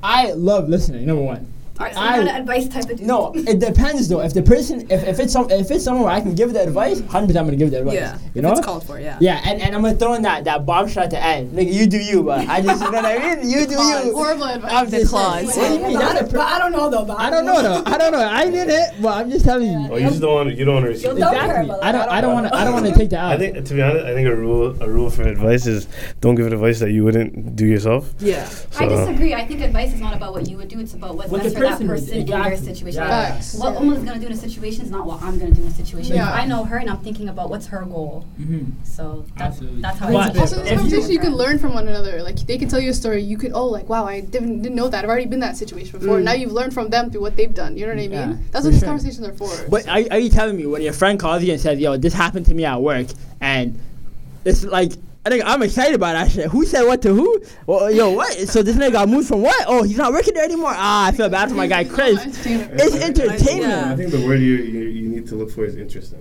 I love listening. Number one.
All right, so
I-
you're not an advice type of dude.
No, it depends though. If the person, if, if it's some, if it's someone where I can give the advice, hundred percent I'm gonna give the advice.
Yeah,
you know.
if it's called for. Yeah.
yeah, and, and I'm gonna throw in that that bombshell at the end. Like you do you, but I just you know what I mean. You do you.
Horrible advice.
I'm just
clause.
What do you mean? That's a per-
I don't know though. But
I don't know though. I don't know. I did it, but I'm just telling you.
Oh, you just don't want you don't want to receive.
Don't care
Exactly.
about
I don't.
that.
I don't want to. I don't want to take that out.
I think to be honest, I think a rule a rule for advice is don't give advice that you wouldn't do yourself.
Yeah.
I
So-
disagree. I think advice is not about what you would do. It's about what's
What
best
the
for that
person would do,
person in their
exactly.
situation.
Yeah.
Like,
Facts.
What Uma's going to do in a situation is not what I'm going to do in a situation.
Yeah.
I know her and I'm thinking about what's her goal.
Mhm.
So that's,
Absolutely.
that's how
But
I
Also, this
If you-
conversation you, can learn from one another. Like they can tell you a story. You could, oh, like wow, I didn't, didn't know that. I've already been in that situation before. Now you've learned from them through what they've done. You know what I mean?
Mm. Yeah,
That's
for
what these
sure.
conversations are for.
But are, are you telling me when your friend calls you and says, "Yo, this happened to me at work," and it's like, I think I'm excited about that shit. Who said what to who? Well, yo, what? So this nigga got moved from what? Oh, he's not working there anymore. Ah, I feel bad for my guy Chris. It's
Yeah.
entertainment.
think the word you, you you need to look for is interesting.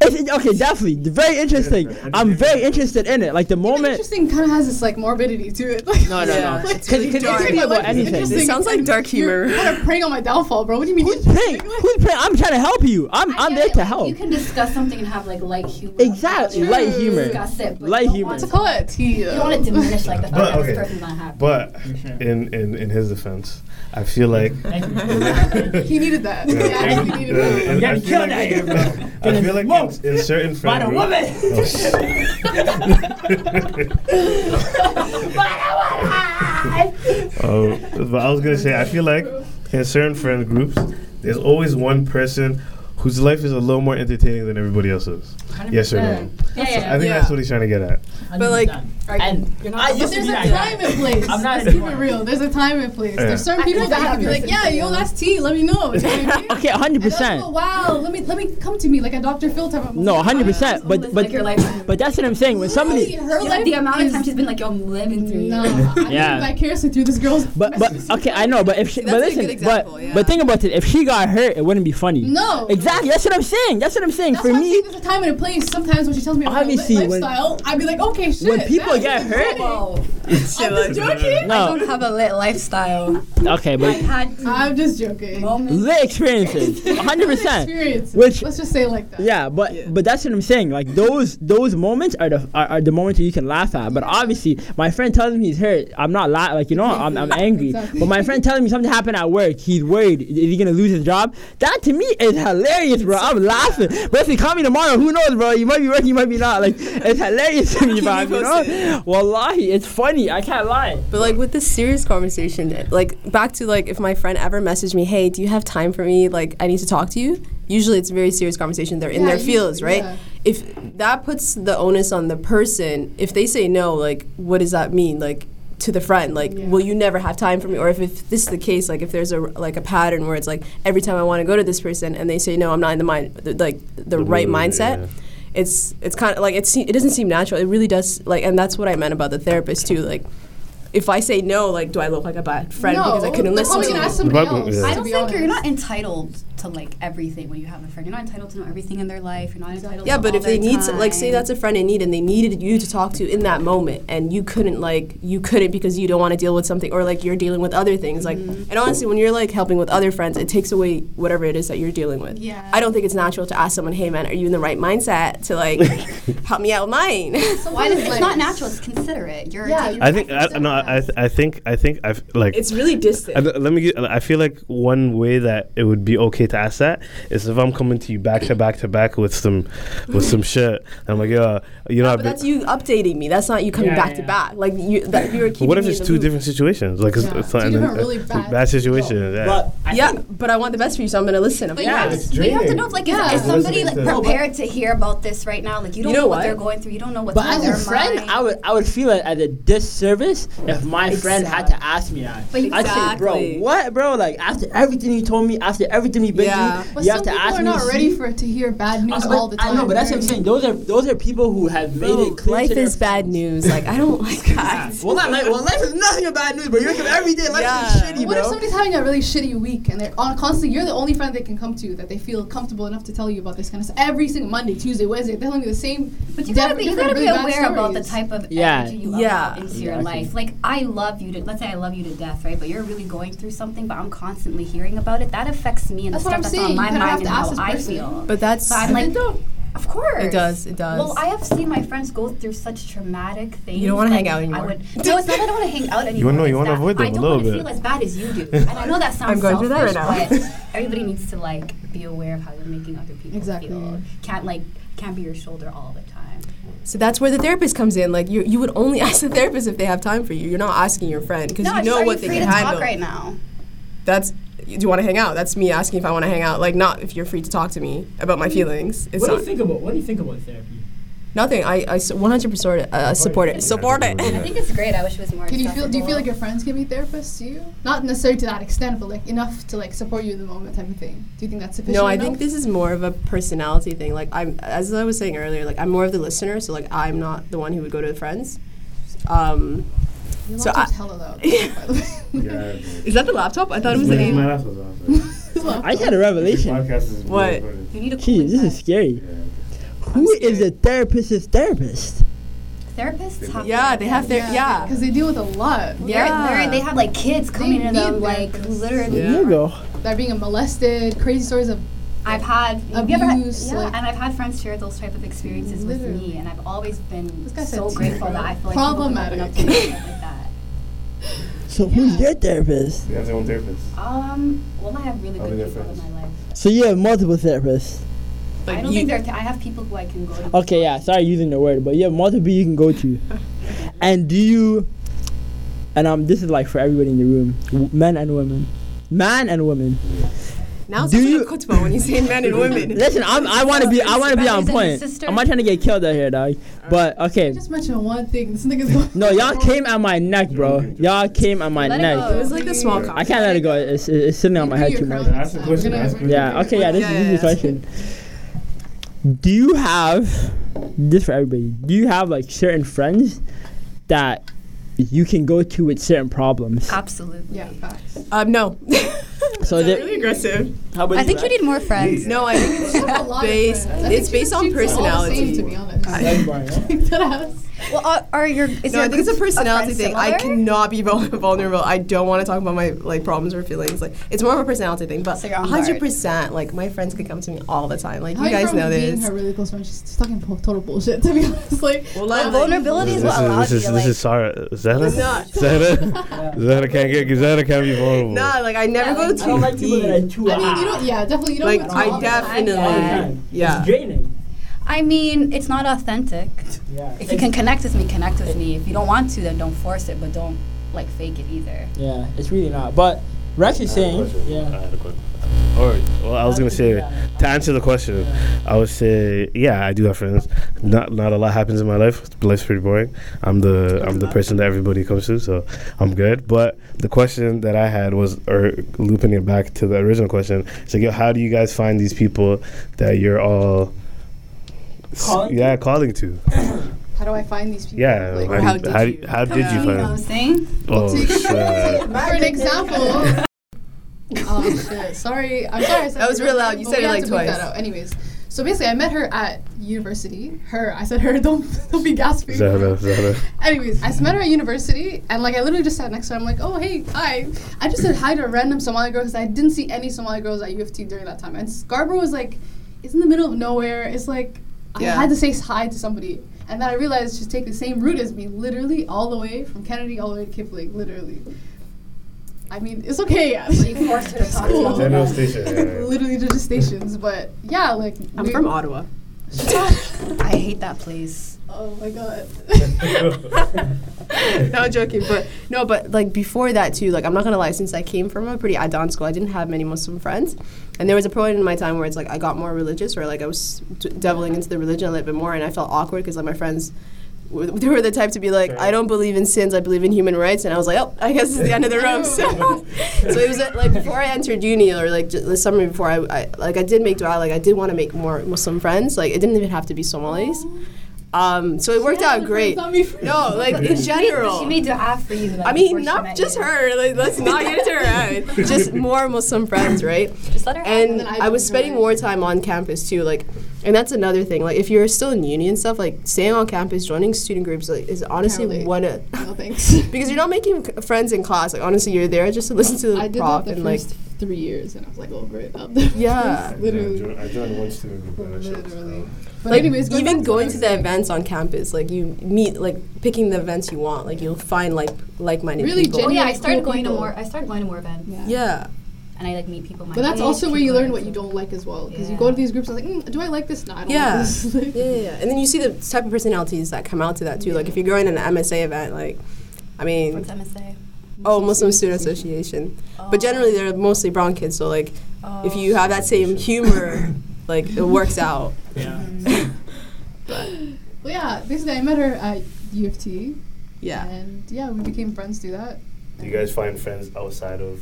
It's, it- okay, definitely very interesting. I'm very interested in it. Like the moment.
interesting kind of has this like morbidity to it. Like,
No, no,
Yeah.
no. Because it could be about anything.
This sounds like dark humor.
You're kind of preying on my downfall, bro. What do you mean?
Who's
interesting?
playing? Who's playing? I'm trying to help you. I'm
I
I'm
get
there
it,
to
like,
help.
You can discuss something and have like light humor.
Exactly,
about it.
light humor.
Discuss it, but
Light
you don't
humor.
want
To
to-
call it uh, tea.
You don't want to diminish like the fact
But,
that
okay.
this person's not happy.
But
sure.
in, in in his defense, I feel like
He needed that.
Yeah.
Yeah, he needed that.
And
getting
I feel
killed
like-
out here, bro.
I
Getting
feel like
smoked
in, in certain
by
friend
the
groups-
woman.
Oh, shit. Oh, but I was gonna say, I feel like in certain friend groups, there's always one person whose life is a little more entertaining than everybody else's. Yes or no?
yeah,
I think
Yeah.
that's what he's trying to get at.
But like,
and I
But
used to
there's a
be that guy.
time and place.
I'm not
Let's keep it
anymore.
real. There's a time and place.
Yeah.
There's certain
I
people
feel
that
like
have to be
I'm
like,
listening
yeah,
to
yo,
you.
that's tea. Let me know. You know what I mean?
Okay, hundred
And that's
percent.
what, wow, let me let me come to me like a Dr. Phil type of
No, hundred percent. But
It's
but
like your life.
but that's what I'm saying. When somebody,
her
Yeah,
life
the amount
is,
of time she's been like, yo, I'm living through
no,
you.
I'm
Yeah.
yeah. vicariously through this girl's.
but but okay, I know. But if she, but
That's a good
listen,
example,
but
yeah.
but think about it. If she got hurt, it wouldn't be funny.
No.
exactly. That's what I'm saying. That's what I'm saying.
That's
For
why I'm
me,
saying there's a time and a place. Sometimes when she tells me about her
Obviously,
li-
when-
lifestyle, I'd be like, okay, shit.
when people
that's
get hurt-
insane.
Whoa.
I'm just joking.
no.
have a lit lifestyle.
Okay, but
Had
I'm just joking.
moments.
lit experiences, Oh, hundred percent.
Experience.
Which-
Let's just say it like that.
Yeah, but but that's what I'm saying. Like those those moments are the are, are the moments that you can laugh at. But obviously, my friend tells me he's hurt. I'm not la- like you know I'm, I'm angry.
Exactly.
But my friend telling me something happened at work. He's worried. Is he gonna lose his job? That to me is hilarious, bro. I'm laughing. But if you call me tomorrow, who knows, bro? You might be working, you might be not. Like it's hilarious to me,
Keep
bro.
me
You know,
posted.
wallahi, it's funny. I can't lie.
But like with the serious conversation, like back to like if my friend ever messaged me, hey, do you have time for me? Like I need to talk to you. Usually it's a very serious conversation. They're in
Yeah,
their
usually,
fields, right?
yeah.
If that puts the onus on the person, if they say no, like what does that mean? Like to the friend, like
Yeah.
will you never have time for me? Or if, if this is the case, like if there's a like a pattern where it's like every time I want to go to this person and they say no, I'm not in the mind, the, like the,
The
right
mood,
mindset.
yeah.
It's it's kind of like it. Se- it doesn't seem natural. It really does. Like, and that's what I meant about the therapist too. Like, if I say no, like, do I look like a bad friend
no,
because I couldn't
they're
listen
probably
to
gonna
you?
ask somebody
The problem-
else.
yeah.
I
to
don't
be
think you're
honest.
not entitled to like everything when you have a friend. You're not entitled to know everything in their life. You're not entitled.
Yeah,
to
but
all
if they
their
need, some, like, say
time.
that's a friend in need, and they needed you to talk to in that moment, and you couldn't, like, you couldn't because you don't want to deal with something, or like you're dealing with other things, like, and honestly, when you're like helping with other friends, it takes away whatever it is that you're dealing with.
Yeah.
I don't think it's natural to ask someone, "Hey, man, are you in the right mindset to like help me out with mine?"
So why does, it's not natural? It's considerate. You're
Yeah,
taking
you
time
I
to
think-
yourself.
no, I th-
I think I think I've like
it's really
I,
distant.
th- let me. Get, I feel like one way that it would be okay to ask that is if I'm coming to you back to back to back with some, with some shit. And I'm like, yo, you know, I've
Ah, But
been-
that's you updating me. That's not you coming
Yeah,
back to
yeah.
back. Like you, that you're
But
keeping.
what if
me in
it's
the
two
loop.
different situations? Like, it's,
Yeah.
it's
Two
not and
different
then-
really
it's
bad-
bad situations. yeah.
But I
Yeah,
think-
but I want the best for you, so I'm gonna listen. I'm
But
like,
you,
yeah,
have
it's
to, but you have to
draining.
know if like
Yeah.
is, is somebody
Listening
like
to- No,
but-
prepared to hear about this right now? Like you don't
You know
know, what,
what?
they're going through. You don't know what's
But
on
as
their
a friend,
mind.
I would I would feel it as a disservice if my friend had to ask me that.
But
I'd say, bro,
Exactly.
what, bro? Like after everything you told me, after everything you've been
Yeah.
through,
But
you
some
have to
people
ask
are
me.
not
to
ready
see-
for to hear bad news
I-
all the time.
I know, but that's what I'm saying. Those are those are people who have made
bro,
it clear.
life
to their
is bad
friends.
news. Like I don't like that.
Well, not life. Well, life is nothing but bad news, bro. You wake up every day, life is
Yeah.
shitty, bro.
What if somebody's having a really shitty week and they're on constantly? You're the only friend they can come to that they feel comfortable enough to tell you about this kind of stuff. Every single Monday, Tuesday, Wednesday, they're telling you the same.
But you gotta be, you gotta be aware about the type of
Yeah.
energy you
Yeah.
allow into your
Exactly.
life. Like I love you to let's say I love you to death, right? But you're really going through something, but I'm constantly hearing about it. That affects me and
That's
the
what I'm
stuff that's
saying.
on
You
my
kinda have
mind and
to ask
how
this
I
person.
feel.
But that's
so I'm like,
don't.
of course,
It does, it does.
Well, I have seen my friends go through such traumatic things.
don't wanna
that
hang out
I
anymore.
would- no, it's not. that I don't want to hang out anymore.
know, you
it's
wanna
that
avoid them
I
a
don't
little
wanna
bit.
feel as bad as you do, and I know that sounds
I'm going through
selfish,
that right now.
but everybody needs to like be aware of how you're making other people
Exactly.
feel. Can't like can't be your shoulder all the time.
So that's where the therapist comes in. Like you, you would only ask the therapist if they have time for you. You're not asking your friend because you
just
know
are
what
you
they
free
can
to
handle.
talk right now?
That's do you want to hang out? That's me asking if I want to hang out. Like not if you're free to talk to me about
Mm.
my feelings. It's
what do
not
you think about what do you think about therapy?
nothing. I, I su- 100% support it. Uh, support it. Support
I
it.
think it's great. I wish it was more.
Can you feel? Do you feel
accessible.
like your friends can be therapists to you? Not necessarily to that extent, but like enough to like support you in the moment, type of thing. Do you think that's sufficient?
No, I
enough?
think this is more of a personality thing. Like I'm, as I was saying earlier, like I'm more of the listener. So like I'm not the one who would go to the friends. Um,
Your
so I-
laptop's hella loud. by the way.
is that the laptop? I thought it was the
My
game.
laptop's on, so
I had a revelation.
podcast is being
What?
recorded.
You need a cool
Jeez, this is scary. Who is the therapist's therapist?
therapists. Have
Yeah, they have their yeah.
Because they deal with a lot.
They're, they're, they have like kids coming to
need
them, like
therapists.
literally.
Yeah.
There you go.
They're being molested, crazy stories of
I've had have you ever had-
Abuse,
yeah,
like-
and I've had friends share those type of experiences with me, and I've always been
guy
so
said
grateful that I feel like people can open up
Problematic.
to me and stuff like that.
So who's your therapist?
They have their own therapist.
Um, well, I have really
Other
good people in
difference.
my life.
So you have multiple therapists.
Like
I don't
you-
think they're. I have people who I can go to.
Okay, yeah, sorry using the word, but you have multiple people you can go to. and do you and um this is like for everybody in the room, w- men and women. Man and women.
Now it's
Do
like a
you-
kutba when you say men and women.
Listen, I'm, I want to be I want to be on
Brothers and
point.
sisters.
I'm not trying to get killed out here, dog. But
I
okay,
just mentioned one thing. This nigga's going.
no, y'all came at my neck, bro. Y'all came at my
Let it
neck.
go.
It was like a small
I
comment.
can't let it go. It's, it's sitting on my head too much.
Ask the question, ask the
Yeah. Okay. Yeah. This
Yeah,
is this is
yeah, yeah.
question. Do you have this for everybody? Do you have like certain friends that you can go to with certain problems?
Uh, Absolutely.
Yeah, facts.
Um,
So
no. That's
the-
really aggressive.
How about
I think you need more friends.
No, I think it's
A lot of
based.
friends. I
It's
think
based
the
on
streets are all the same,
personality.
To be honest.
Well, are, are your is
No,
your
I think it's a
group of
personality
friends
thing. I
similar?
cannot be vul- vulnerable. I don't want to talk about my like problems or feelings. Like it's more of a personality thing. But
So you're on guard.
hundred percent, like my friends could come to me all the time. Like
How
you guys
from
know
being
this.
her really close friend, she's just talking po- total bullshit. To be honest, like um,
Well,
Well,
like,
vulnerability is
This
what allows
is this
you
is
to
this
like.
is Sarah. Zara.
not.
Zara. Zara can't get. Zara can't be vulnerable.
Nah, like I never go too deep.
too
I mean, you don't. Yeah, definitely. You don't.
Like
even talk
I
about it.
Yeah.
definitely, yeah.
draining.
I mean, it's not authentic.
Yeah.
If you can connect with me, connect with me. If you don't want to, then don't force it, but don't like fake it either.
Yeah. It's really not. But we're actually
I had a
saying.
question. I
Yeah.
had a question. Or well, I was gonna say to answer the question, I would say yeah, I do have friends. Not not a lot happens in my life. Life's pretty boring. I'm the I'm the person that everybody comes to, so I'm good. But the question that I had was, or looping it back to the original question, it's like, yo, how do you guys find these people that you're all s-
Calling
yeah calling to
How do I find these people?
yeah
Like,
how, do, you- how, did you, how did you
You know what
find
I'm
them?
saying?
oh shit
for an example, Oh shit! Sorry, I'm sorry. I said
That was
it
real
wrong,
loud. You
but
said
we
it
had
like
to bleep
twice.
That out. Anyways, so basically, I met her at university. Her, I said her. Don't don't be gasping.
Zara, Zara.
Anyways, I met her at university, and like I literally just sat next to her. I'm like, oh hey, hi. I just said hi to a random Somali girl because I didn't see any Somali girls at U of T during that time. And Scarborough was like, it's in the middle of nowhere. It's like
Yeah.
I had to say hi to somebody, and then I realized she's taking the same route as me, literally all the way from Kennedy all the way to Kipling, literally. I mean, it's okay.
you forced her to talk to
Cool.
all of
General Station. yeah, yeah.
literally they're just stations, but yeah, like
I'm
we-
from Ottawa.
I hate that place.
Oh my god.
no joking, but no, but like before that too, like I'm not gonna lie, since I came from a pretty adan school, I didn't have many Muslim friends, and there was a point in my time where it's like I got more religious, or like I was d- delving into the religion a little bit more, and I felt awkward because like my friends. were- They were the type to be like, I don't believe in sins, I believe in human rights, and I was like, oh, I guess it's the end of the road. So, so it was uh, like before I entered uni, or like j- the summer before, I, I like I did make dua, like I did want to make more Muslim friends. Like it didn't even have to be Somalis, um, so it worked out great.
Not me for-
No, like in general.
She made dua for you. Like,
I
before
mean,
she
not
met
just
you.
her. Like, let's not get into her. head. Just more Muslim friends, right?
Just let her. have
And
then I
I was
don't
spending
know.
more time on campus too, like, and that's another thing. Like, if you're still in uni and stuff, like, staying on campus, joining student groups, like, is honestly
relate.
one of
No thanks.
because you're not making c- friends in class. Like, honestly, you're there just to listen to the
I did
prof
that the
and like,
first three years, and I was like over it.
yeah.
I
literally.
joined, I joined one student group. and that shit was
Literally.
dumb.
But
Like,
anyways,
even
back to what
going to
I
the
was
events on campus, like you meet, like picking the events you want, like you'll find like like-minded
Really
people.
Oh
genuine
yeah, I
Cool
started going to
people.
more. I started going to more events,
saying. Yeah.
Yeah.
and I like meet people. My
But that's
age,
also where you
people
learn
my
what you
age.
don't like as well, because you go
Yeah.
to these groups and like, mm, do I like this? No, I don't
Yeah.
like this. Like,
Yeah, yeah, yeah. And then you see the type of personalities that come out to that too. Like if you're going to an MSA event, like I mean,
What's MSA?
oh, Muslim Student Association. But generally, they're mostly brown kids. So like, if you have that same humor, like it works out.
Yeah.
But yeah, basically, I met her at U of T,
Yeah.
and yeah, we became friends through that.
Do you guys find friends outside of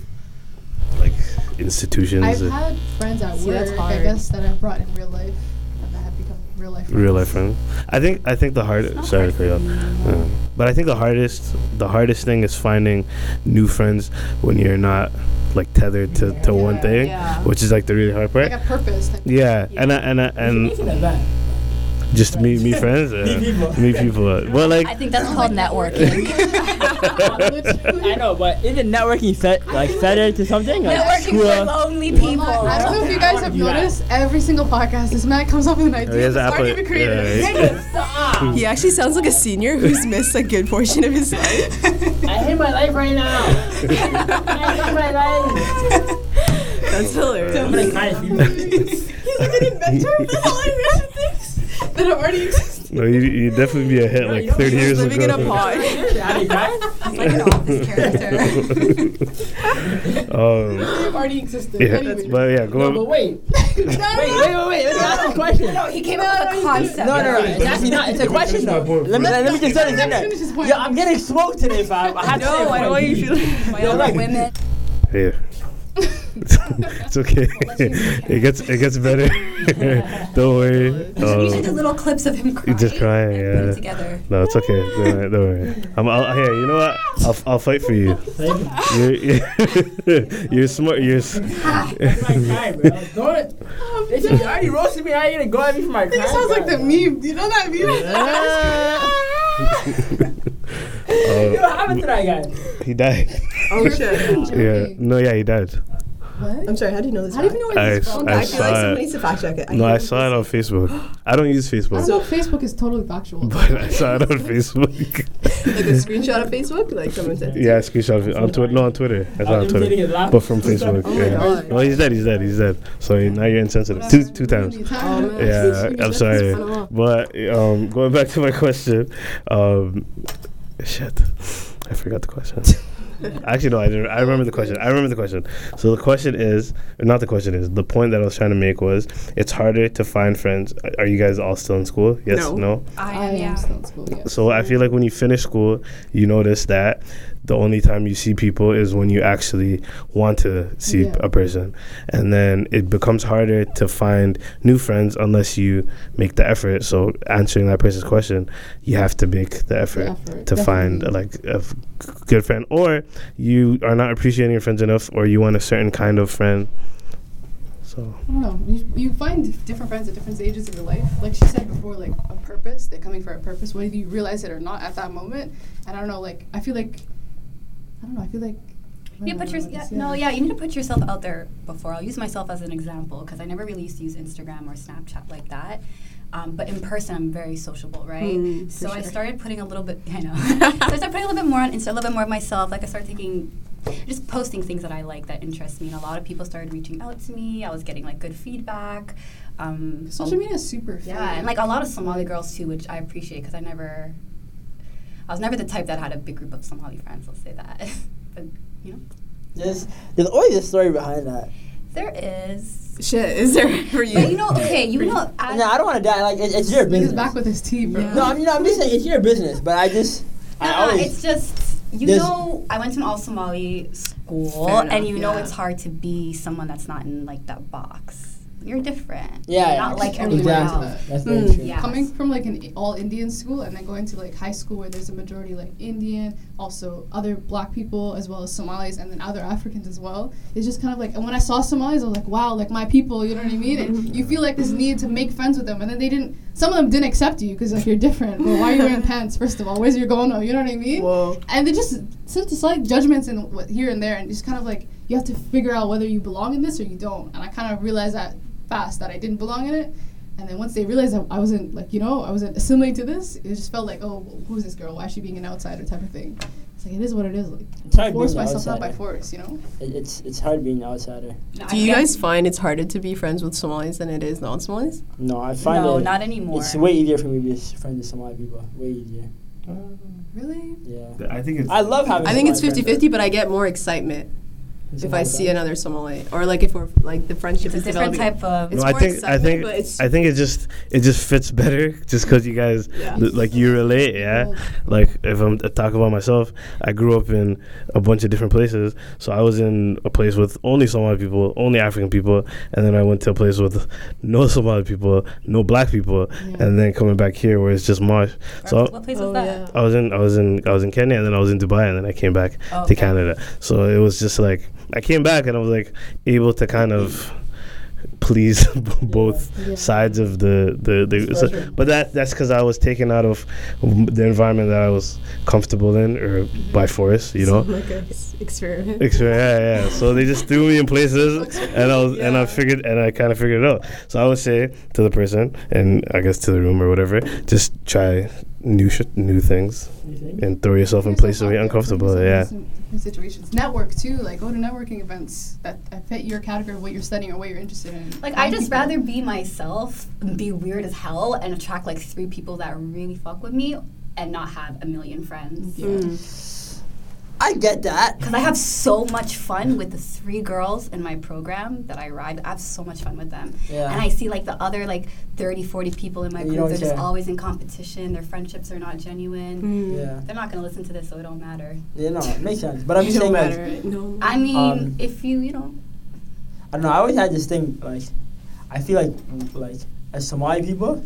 like institutions?
I've
and
had friends at
See, that's
work, I
hard.
guess, that I've brought in real life, and that have become real life.
real life friends. I think I think the hardest. Sorry for y'all. Um, but I think the hardest the hardest thing is finding new friends when you're not like tethered to, to one
Yeah,
thing,
yeah.
which is like the really hard part.
Like a purpose. Type.
Yeah, and I, and I, and just meet me friends,
Meet people.
uh, meet people. uh, Well,
I
like
think that's called networking.
I know, but isn't networking fe- like fettered to something? Like
networking
school?
for lonely people.
I don't know if you guys have
do that.
noticed, every single podcast, this man comes up with an idea.
Oh, he has an
Start
apple-
giving creative.
yeah,
He actually sounds like a senior who's missed a good portion of his life.
I hate my life right now. I hate my life.
That's
I'm
hilarious.
gonna cry if you-
He's like an inventor of the Hollywood things that have already existed.
no, you you definitely be a hit like 30 years
living in a
ago.
pod.
Daddy, guys.
like an office character.
um,
They've already existed.
yeah,
Anyway.
but yeah,
No, but
going.
wait. Wait, wait, wait, wait. Let me ask a question. No,
he came up with a concept.
no, no. It's actually not. It's a question though. Let me let me just say
Let him
this.
finish his point.
Yo, I'm getting smoked today, fam. I had to say
No,
it
I don't
for
want you to feel.
Yo, look,
Women.
Yeah. it's okay. it gets it gets better. Don't worry.
You should do
Um,
little clips of him crying.
just crying,
and put 'em
yeah.
Together.
no, it's okay. Don't worry. Don't worry. I'm I'll, here. You know what? I'll, I'll fight for you.
Thank you.
You're you're smart. You're s-
That's my guy, bro. Don't. They just already roasted me. I ain't gonna go at me for my crime.
It sounds like the meme. Do you know that meme?
Yo,
uh,
what happened to that guy?
he died.
Oh shit.
Yeah. No. Yeah. He died.
What?
I'm sorry. How do you know this?
How do you even know where
I,
this is from?
I
I feel like
saw
someone
it.
needs to fact check it.
No, I saw it on Facebook. I don't use
I
Facebook,
don't know if Facebook is totally factual.
but I saw it on Facebook.
like a screenshot of Facebook. Like someone said.
yeah, I screenshot it on Twitter. No, on Twitter. I saw it on
I'm getting
Twitter.
a laugh.
But from Facebook.
my
yeah.
God.
Well, he's dead. He's dead. He's dead. So now you're insensitive. Two two times.
Oh,
Yeah, I'm sorry. But um, going back to my question, um, shit, I forgot the question. Actually, no, I didn't. I remember the question. I remember the question. So the question is, not the question is. The point that I was trying to make was, it's harder to find friends. Are- Are you guys all still in school? Yes.
No.
no?
I am still in school, yeah.
So I feel like when you finish school, you notice that the only time you see people is when you actually want to see
Yeah.
a person. And then it becomes harder to find new friends unless you make the effort. So answering that person's question, you have to make the effort,
effort,
to find
definitely.
like a f- good friend or you are not appreciating your friends enough, or you want a certain kind of friend. So
I don't know. You, you find different friends at different stages of your life. Like she said before, like a purpose. They're coming for a purpose, whether you realize it or not at that moment. And I don't know. Like I feel like, I don't know. I feel like. I don't
You
know
put
how
your,
to
yeah,
say
no,
it.
yeah, you need to put yourself out there before. I'll use myself as an example because I never really used to use Instagram or Snapchat like that. Um, but in person, I'm very sociable, right?
Mm, for
so I
sure.
started putting a little bit, I know. so I started putting a little bit more on Insta, a little bit more of myself. Like I started taking, just posting things that I like that interest me. And a lot of people started reaching out to me. I was getting like good feedback. Um,
Social media is super.
yeah, and like a lot of Somali girls too, which I appreciate because I never, I was never the type that had a big group of Somali friends. I'll say that, but you know,
There's, there's always a story behind that.
there is.
Shit, is there for you?
But you know, okay, you know, as,
no, I don't want to die. Like it, it's your
He's
business.
back with his tea, bro.
Yeah.
no, I'm, no, I'm just saying it's your business. But I just, I
Nuh-uh,
always.
uh-uh, it's just you
There's-
know. I went to an all Somali school,
Fair enough,
and you know
yeah.
it's hard to be someone that's not in like that box. You're different.
yeah,
You're
yeah,
not like
Totally
everyone
exactly.
else.
That's very
Mm.
true.
Yeah.
Coming from like an all Indian school and then going to like high school where there's a majority like Indian, also other black people as well as Somalis and then other Africans as well. It's just kind of like and when I saw Somalis I was like, Wow, like my people, you know what I mean? And you feel like this need to make friends with them and then they didn't some of them didn't accept you because like you're different. Well, why are you wearing pants first of all? Where's your gono? You know what I mean?
Whoa.
and they just such slight judgments and what here and there, and just kind of like you have to figure out whether you belong in this or you don't. And I kind of realized that fast that I didn't belong in it. And then once they realized that I wasn't like you know I wasn't assimilating to this, it just felt like oh who's this girl? Why is she being an outsider type of thing? It's like it is what it is. Like
It's hard
force
being an
myself not by
outsider.
force, you know.
It, it's it's hard being an outsider.
No, I
Do you
get-
guys find it's harder to be friends with Somalis than it is non-Somalis?
No, I find
no,
it.
not anymore.
It's way easier for me to be friends with Somali people. Way easier.
Really?
Yeah.
I think it's.
I love having.
I think it's
Somali friends.
50-50, but I get more excitement if I
Somali
see
friends.
another Somali, or like if we're like the friendship
It's a
is
different
developing.
type of.
It's
no, I
more
think I
excitement,
think
but it's-
I think it just it just fits better just because you guys
Yeah.
li- like you relate, yeah. Like if I'm to talk about myself, I grew up in a bunch of different places. So I was in a place with only Somali people, only African people, and then I went to a place with no Somali people, no Black people, and then coming back here where it's just marsh. So
what place was
Oh,
that?
yeah.
I was in I was in I was in Kenya and then I was in Dubai and then I came back
Oh,
to
okay.
Canada. So it was just like I came back and I was like able to kind of please b- both sides of the the, the so-
Spectrum.
but that that's because I was taken out of m- the environment that I was comfortable in or by force, you know.
like a s- experiment.
Ex- Yeah, yeah. So they just threw me in places, and I was, and I
Yeah.
figured, and I kind of figured it out. So I would say to the person, and I guess to the room or whatever, just try new sh- new things
You think?
and throw yourself in places where you're uncomfortable. Yeah.
In situations, network too. Like go to networking events that that fit your category of what you're studying or what you're interested in.
Like I
Find
just
people.
rather be myself, be weird as hell, and attract like three people that really fuck with me, and not have a million friends.
Mm.
I get that.
Because I have so much fun with the three girls in my program that I ride. I have so much fun with them.
Yeah.
And I see like the other like 30, 40 people in my
And you
group.
don't
They're just
care.
always in competition. Their friendships are not genuine.
Mm.
Yeah.
They're not going to listen to this, so it don't matter.
Yeah. No, it makes sense. But I'm
It
just
don't
saying. like,
matter. right? No.
I mean,
Um,
if you, you know,
I don't know. I always had this thing like, I feel like like as Somali people,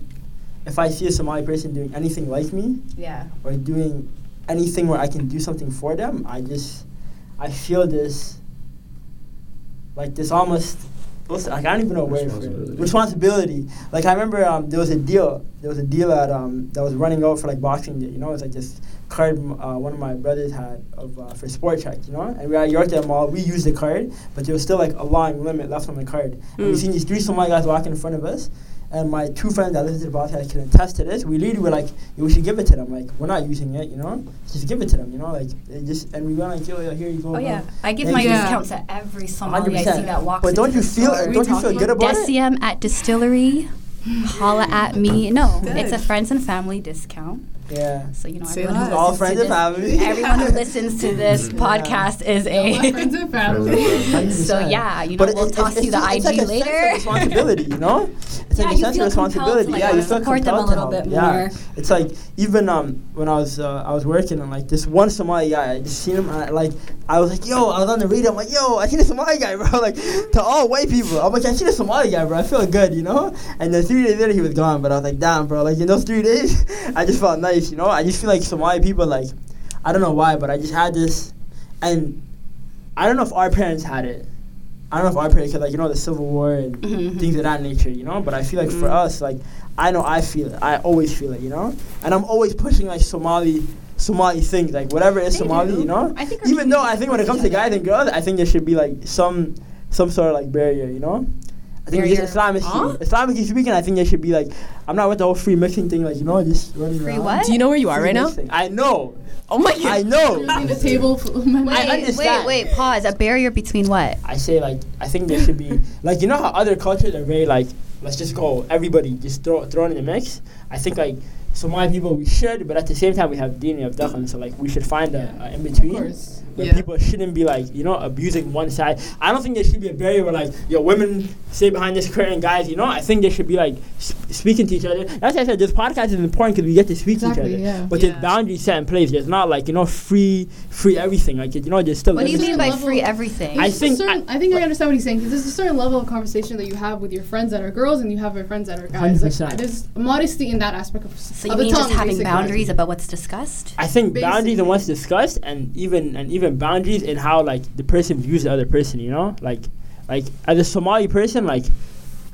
if I see a Somali person doing anything like me
yeah.
or doing anything where I can do something for them, I just I feel this like this almost what's like I don't even know where responsibility.
Responsibility.
responsibility. Like I remember um, there was a deal there was a deal at um, that was running out for like Boxing Day. You know, it's like this card m- uh, one of my brothers had of uh, for sport check. You know, and we were at Yorkdale Mall. We used the card, but there was still like a long limit left on the card. And we
Mm.
seen these three Somali guys walking in front of us. And my two friends that listen to the podcast can attest to this. We literally were like, "Yo, we should give it to them. Like, we're not using it, you know. Just give it to them, you know. Like, it just and we went like, yo, yo, here you go.
Oh,
bro."
yeah. I give
Thank
my uh,
you.
discount to every Somali Oh, I see
100%.
that walks
But don't
into
you
the
feel-
store.
don't you feel good about it?
DCM at distillery. Holla at me. No, it's a
Good.
friends and family discount.
Yeah.
So, you know,
Say
everyone who
less. All
listens
friends
to
and
this-
family.
Everyone who listens to this podcast is
My
a.
friends and family.
So
100%.
yeah, you know,
it-
we'll
it-
toss
it's
you the
just-
IG
it's like a sense of
later.
responsibility, you know? It's
Yeah,
like a
you
sense
feel
of
compelled to,
responsibility.
like,
yeah, you feel
support them a
compelled
little
to help.
bit
yeah.
more.
It's like even um when I was uh, I was working and like this one Somali guy, I just seen him and I, like I was like, yo, I was on the radio, I'm like, yo, I seen a Somali guy, bro. Like to all white people, I'm like, I seen a Somali guy, bro. I feel good, you know. And then three days later, he was gone. But I was like, damn, bro. Like in those three days, I just felt nice, you know. I just feel like Somali people, like I don't know why, but I just had this and I don't know if our parents had it. I don't know if our parents had like you know the Civil War and
Mhm, mhm.
things of that nature, you know. But I feel like for
Mhm.
us, like I know I feel it. I always feel it, you know. And I'm always pushing like Somali, Somali things, like whatever is
They
Somali,
do.
you know.
I think our
Even though I
communities
think when it
support
comes
each
to
other.
guys and girls, I think there should be like some, some sort of like barrier, you know. I think just
Barrier.
Islamically,
Huh?
Islamically speaking, I think there should be like, I'm not with the whole free mixing thing, like you know, just running
Free
around.
what?
Do you know where you are right now?
Mixing. I know,
Oh my
I
god.
know.
the table. full of my-
Wait,
understand.
wait, wait, pause. A barrier between what?
I say like I think there should be like you know how other cultures are very like let's just go everybody just throw thrown in the mix. I think like Somali people we should, but at the same time we have DNA of Dublin, so like we should find a, a in
Of
between
course.
where
Yeah.
people shouldn't be like you know abusing one side. I don't think there should be a barrier where like yo women stay behind this curtain, guys. You know I think there should be like sp- speaking to each other. That's why I said this podcast is important because we get to speak to
Exactly,
each other.
yeah.
But
Yeah.
there's boundaries set in place. There's not like you know free free everything. Like you know there's still
What do you
limits.
mean by
level-
free everything?
I
There's just a
think
certain, I, think I understand what he's saying because there's a certain level of conversation that you have with your friends that are girls and you have with friends that are guys. Like,
100%.
there's modesty in that aspect of s-
so you
of the
mean just
tongue,
having
basically.
boundaries about what's discussed?
I think boundaries and what's
Basically.
discussed, and even and even boundaries in how like the person views the other person. You know, like like as a Somali person, like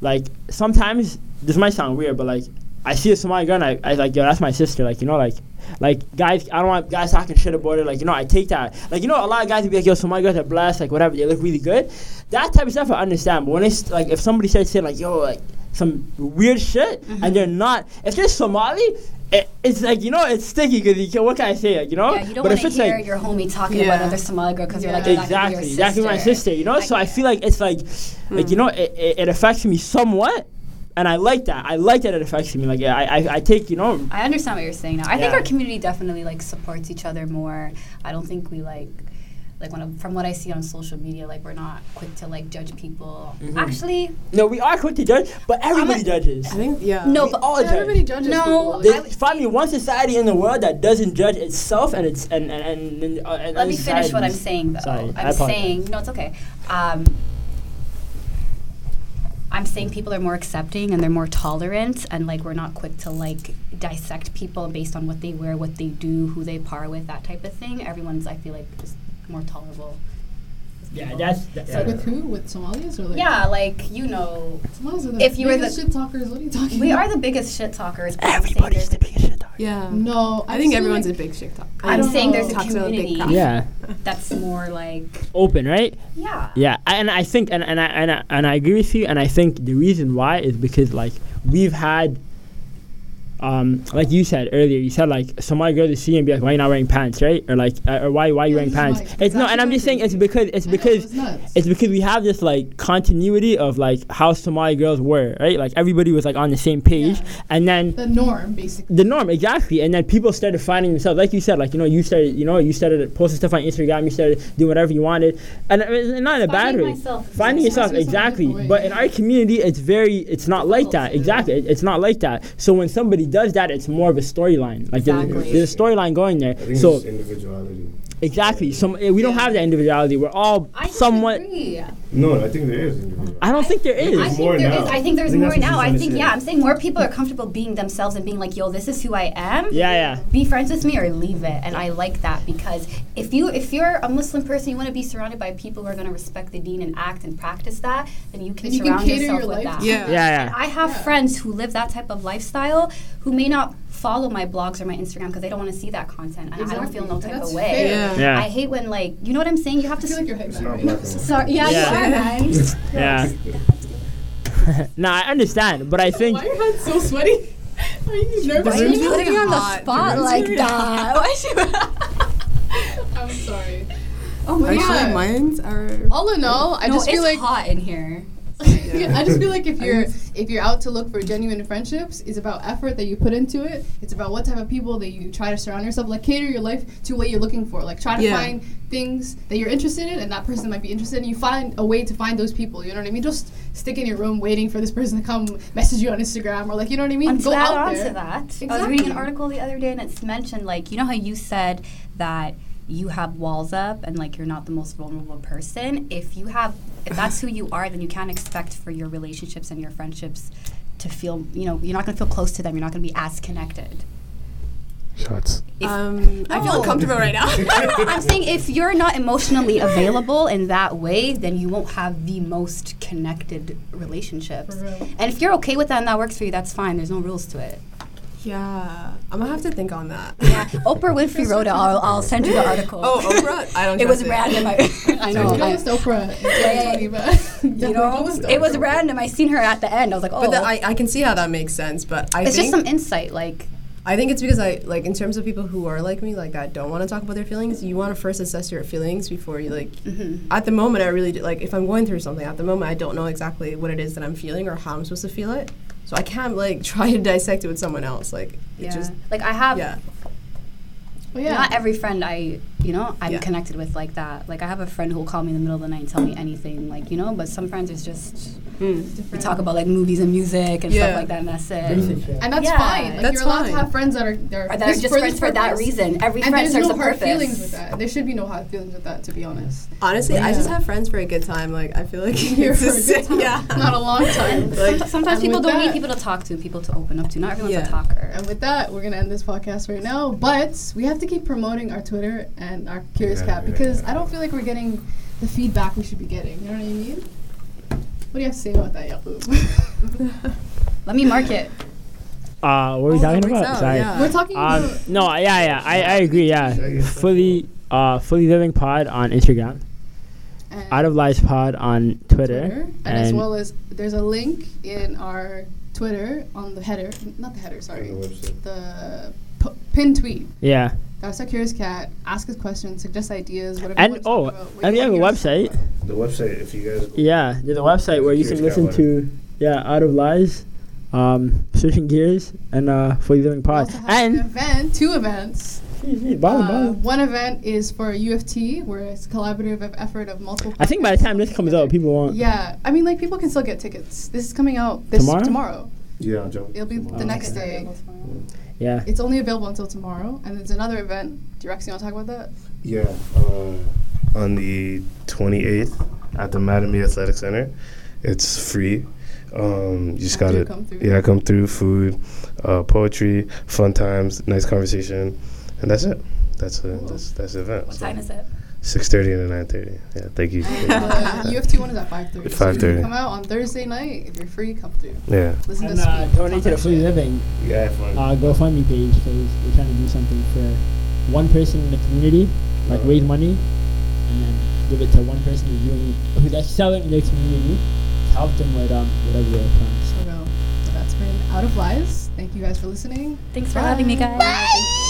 like sometimes this might sound weird, but like I see a Somali girl, and I, I like yo, that's my sister. Like you know, like like guys, I don't want guys talking shit about it. Like you know, I take that. Like you know, a lot of guys would be like yo, Somali girls are blessed. Like whatever, they look really good. That type of stuff I understand. But when it's like if somebody starts saying like yo, like some weird shit,
Mm-hmm.
and they're not, if they're Somali. It, it's like you know, it's sticky because what can I say? Like you know,
Yeah, you don't
but
want
if
to
it's
hear
like
your homie talking
Yeah.
about other Somali girl because you're like,
Yeah.
"You're not gonna be
exactly,
your
exactly my sister, you know. so
I
I feel like it's like, like you know, it, it, it affects me somewhat, and I like that. I like that it affects me. Like I, I, I take you know,
I understand what you're saying now. I think
Yeah.
our community definitely like supports each other more. I don't think we like like when I- from what I see on social media, like we're not quick to like judge people.
Mm-hmm.
Actually,
no, we are quick to judge, but everybody judges.
I think yeah.
no,
We
but
all
Yeah, Everybody
judge.
judges.
No,
people.
I
There's,
would-
find me one society in the world that doesn't judge itself and its and and and. and, uh, and
let
other
me finish what I'm
societies.
saying though.
Sorry, I
I'm
apologize.
saying no, it's okay. Um, I'm saying people are more accepting and they're more tolerant and like we're not quick to like dissect people based on what they wear, what they do, who they par with, that type of thing. Everyone's I feel like just more tolerable.
Yeah, that's. That,
So-
with who? With Somalis or like
Yeah, like you know,
Somalis are the
If you were the-
biggest shit talkers. What are you talking?
we
about?
are the biggest shit talkers. but I'm saying
Everybody's
there's
the biggest shit talker.
Yeah.
No,
I think
feel
everyone's a
like
big TikTok.
I
I'm
don't
saying
know.
there's a
Talks about big
community
cock.
Yeah,
that's more like
open, right?
yeah.
Yeah, I- and I think, and, and I and I and I agree with you, and I think the reason why is because like we've had, um, like you said earlier, you said like somebody go to see and be like, why you not wearing pants, right? Or like, uh, or why why
Yeah,
you wearing
this is
pants?
like-
it's no, and I'm just saying it's because it's
I know,
because
it's nuts.
it's because we have this like continuity of like how Somali girls were, right? Like everybody was like on the same page, and then
the norm, basically.
the norm exactly and then people started finding themselves like you said like you know you started you know you started posting stuff on instagram you started doing whatever you wanted and, uh, it's not in a bad
Finding
way
myself.
finding
Expressing yourself
yourself
in a
exactly
different way,
but in
yeah.
our community it's very it's not like that exactly It- it's not like that so when somebody does that it's more of a storyline like there's-
Exactly.
there's, a storyline going there
I think
so
it's just individuality.
exactly so eh, we don't have that individuality we're all
I
somewhat
disagree.
No, I think there is individuality.
i don't think there
I-
is
I
There's more
think there
now.
is. I think
I
there's
think
more
that's what
now.
she's
I think
understanding.
yeah. I'm saying more people are comfortable being themselves and being like, "Yo, this is who I am."
yeah yeah
Be friends with me or leave it, and I like that because if you if you're a Muslim person, you want to be surrounded by people who are going to respect the Deen and act and practice that. Then you can
And you can
surround
cater
yourself
your
with
life
that.
to
Yeah.
yeah yeah
And I have
Yeah.
friends who live that type of lifestyle who may not follow my blogs or my Instagram because they don't want to see that content, and I don't feel
Exactly.
no
And
type
that's
of way.
fair.
Yeah.
Yeah.
I hate when like you know what I'm saying. You have to.
I feel like you're
It's
hitting that. Right?
not black and white.
sorry. Yeah,
Yeah.
you are. guys.
yeah no i understand but i think
Why are your hands so sweaty? Are you nervous?
Why are you
putting me on the
Hot.
spot like that? Why is she-
I'm sorry.
oh my
Actually,
Yeah.
mines are.
All in all, I
No,
just
it's
feel like
hot in here.
I just feel like if you're if you're out to look for genuine friendships, it's about effort that you put into it. It's about what type of people that you try to surround yourself. Like cater your life to what you're looking for. Like try to
Yeah.
find things that you're interested in, and that person might be interested. And you find a way to find those people. You know what I mean? Just stick in your room waiting for this person to come message you on Instagram or like you know what I mean?
And to
Go
add
out
on
there.
to that, I was reading
Exactly.
an article the other day and it's mentioned like you know how you said that you have walls up and like you're not the most vulnerable person. If you have, if that's who you are, then you can't expect for your relationships and your friendships to feel. You know, you're not gonna feel close to them. You're not gonna be as connected.
Shots.
If-
Um, I feel
No.
uncomfortable right now.
I'm saying if you're not emotionally available in that way, then you won't have the most connected relationships.
For real.
And if you're okay with that and that works for you, that's fine. There's no rules to it.
yeah, I'm gonna have to think on that.
Oprah Winfrey wrote it. I'll, I'll send you the article.
Oh, Oprah? I don't
it was
trust it.
random. I, I know.
You know,
I-
it's Oprah. It's
yeah,
funny, but
you know, it was random. I seen her at the end. I was like, oh,
But the, I, I can see how that makes sense. But I
it's just
think
some insight. Like,
I think it's because I like in terms of people who are like me, like that don't want to talk about their feelings. You want to first assess your feelings before you like. At the moment, I really do, like if I'm going through something. At the moment, I don't know exactly what it is that I'm feeling or how I'm supposed to feel it. So I can't like try to dissect it with someone else. Like
yeah.
it just
like I have
yeah.
But yeah.
Not every friend I, you know, I'm
Yeah.
connected with like that. Like I have a friend who'll call me in the middle of the night and tell me anything, like you know. But some friends it's just
Hmm.
we talk about like movies and music and
Yeah.
stuff like that, and that's it.
and that's
Yeah.
fine. Like,
That's
you're allowed
fine.
to have friends that are there.
Or that are just friends for that reason. Every
And
friend
there's
serves
no
a
hard
purpose.
feelings with that. There should be no hard feelings with that, to be honest.
Honestly, I just
Yeah.
have friends for a good time. Like I feel like
Here
it's
for a
just-
good time.
yeah.
Not a long time.
Like,
Some- Sometimes
and
people
with
don't need
that-
people to talk to, people to open up to. Not everyone's
Yeah.
a talker.
And with that, we're gonna end this podcast right now. But we have to keep promoting our Twitter and our Curious
Yeah,
Cat
yeah,
because
yeah.
I don't feel like we're getting the feedback we should be getting. You know what I mean? What do you have to say about that, Yaqub?
Let me mark it.
Uh, what are we
Oh,
talking
that works
about?
out,
Sorry.
yeah.
Uh,
we're talking
Um,
about
no, yeah, yeah, I, I agree. Yeah, fully, uh, fully living pod on Instagram,
and
out of lives pod on Twitter,
Twitter, and, as well as there's a link in our Twitter on the header, not the header, sorry,
On the website.
the p- pin tweet.
yeah,
That's our Curious Cat. Ask us questions, suggest ideas, whatever.
and
you want
oh,
to talk about. What
and we
you
have a
want to hear us
website.
talk about.
The website, if you guys.
Yeah, there's a website where you
Curious
can
Cat
listen
Live.
to, yeah, out of lives, um, switching gears, and uh, fully living
We
pod,
also have an
and
event, two events.
bottom,
Uh,
bottom.
one event is for UFT, where it's a collaborative of effort of multiple.
I think by the
podcasts
time this
coming
comes
together.
out, people won't.
Yeah, I mean, like people can still get tickets. This is coming out this
Tomorrow?
tomorrow.
Yeah, I'll jump.
It'll be the next day.
Yeah.
It's only available until tomorrow, and there's another event. Direct, you want to talk about that?
Yeah, uh, on the 28th at the Madame Athletic Center. It's free. Um, you just
Have
got
to
to
come through.
Yeah, come through. Food, uh, poetry, fun times, nice conversation, and that's it. That's a, that's that's the event.
What time is it?
Six thirty to nine thirty. Yeah, thank you.
the UFT one is at five thirty.
Five thirty.
Come out on Thursday night if you're free. Come through.
Yeah.
Listen
And
to
uh,
us.
donate to the Free Living
Yeah. Fun.
uh, GoFundMe page because we're trying to do something for one person in the community, like raise money and then give it to one person who's doing who's excelling in their community to help them with um, whatever their plans.
So, well, that's been out of lies. Thank you guys for listening.
Thanks for having me, guys.
Bye.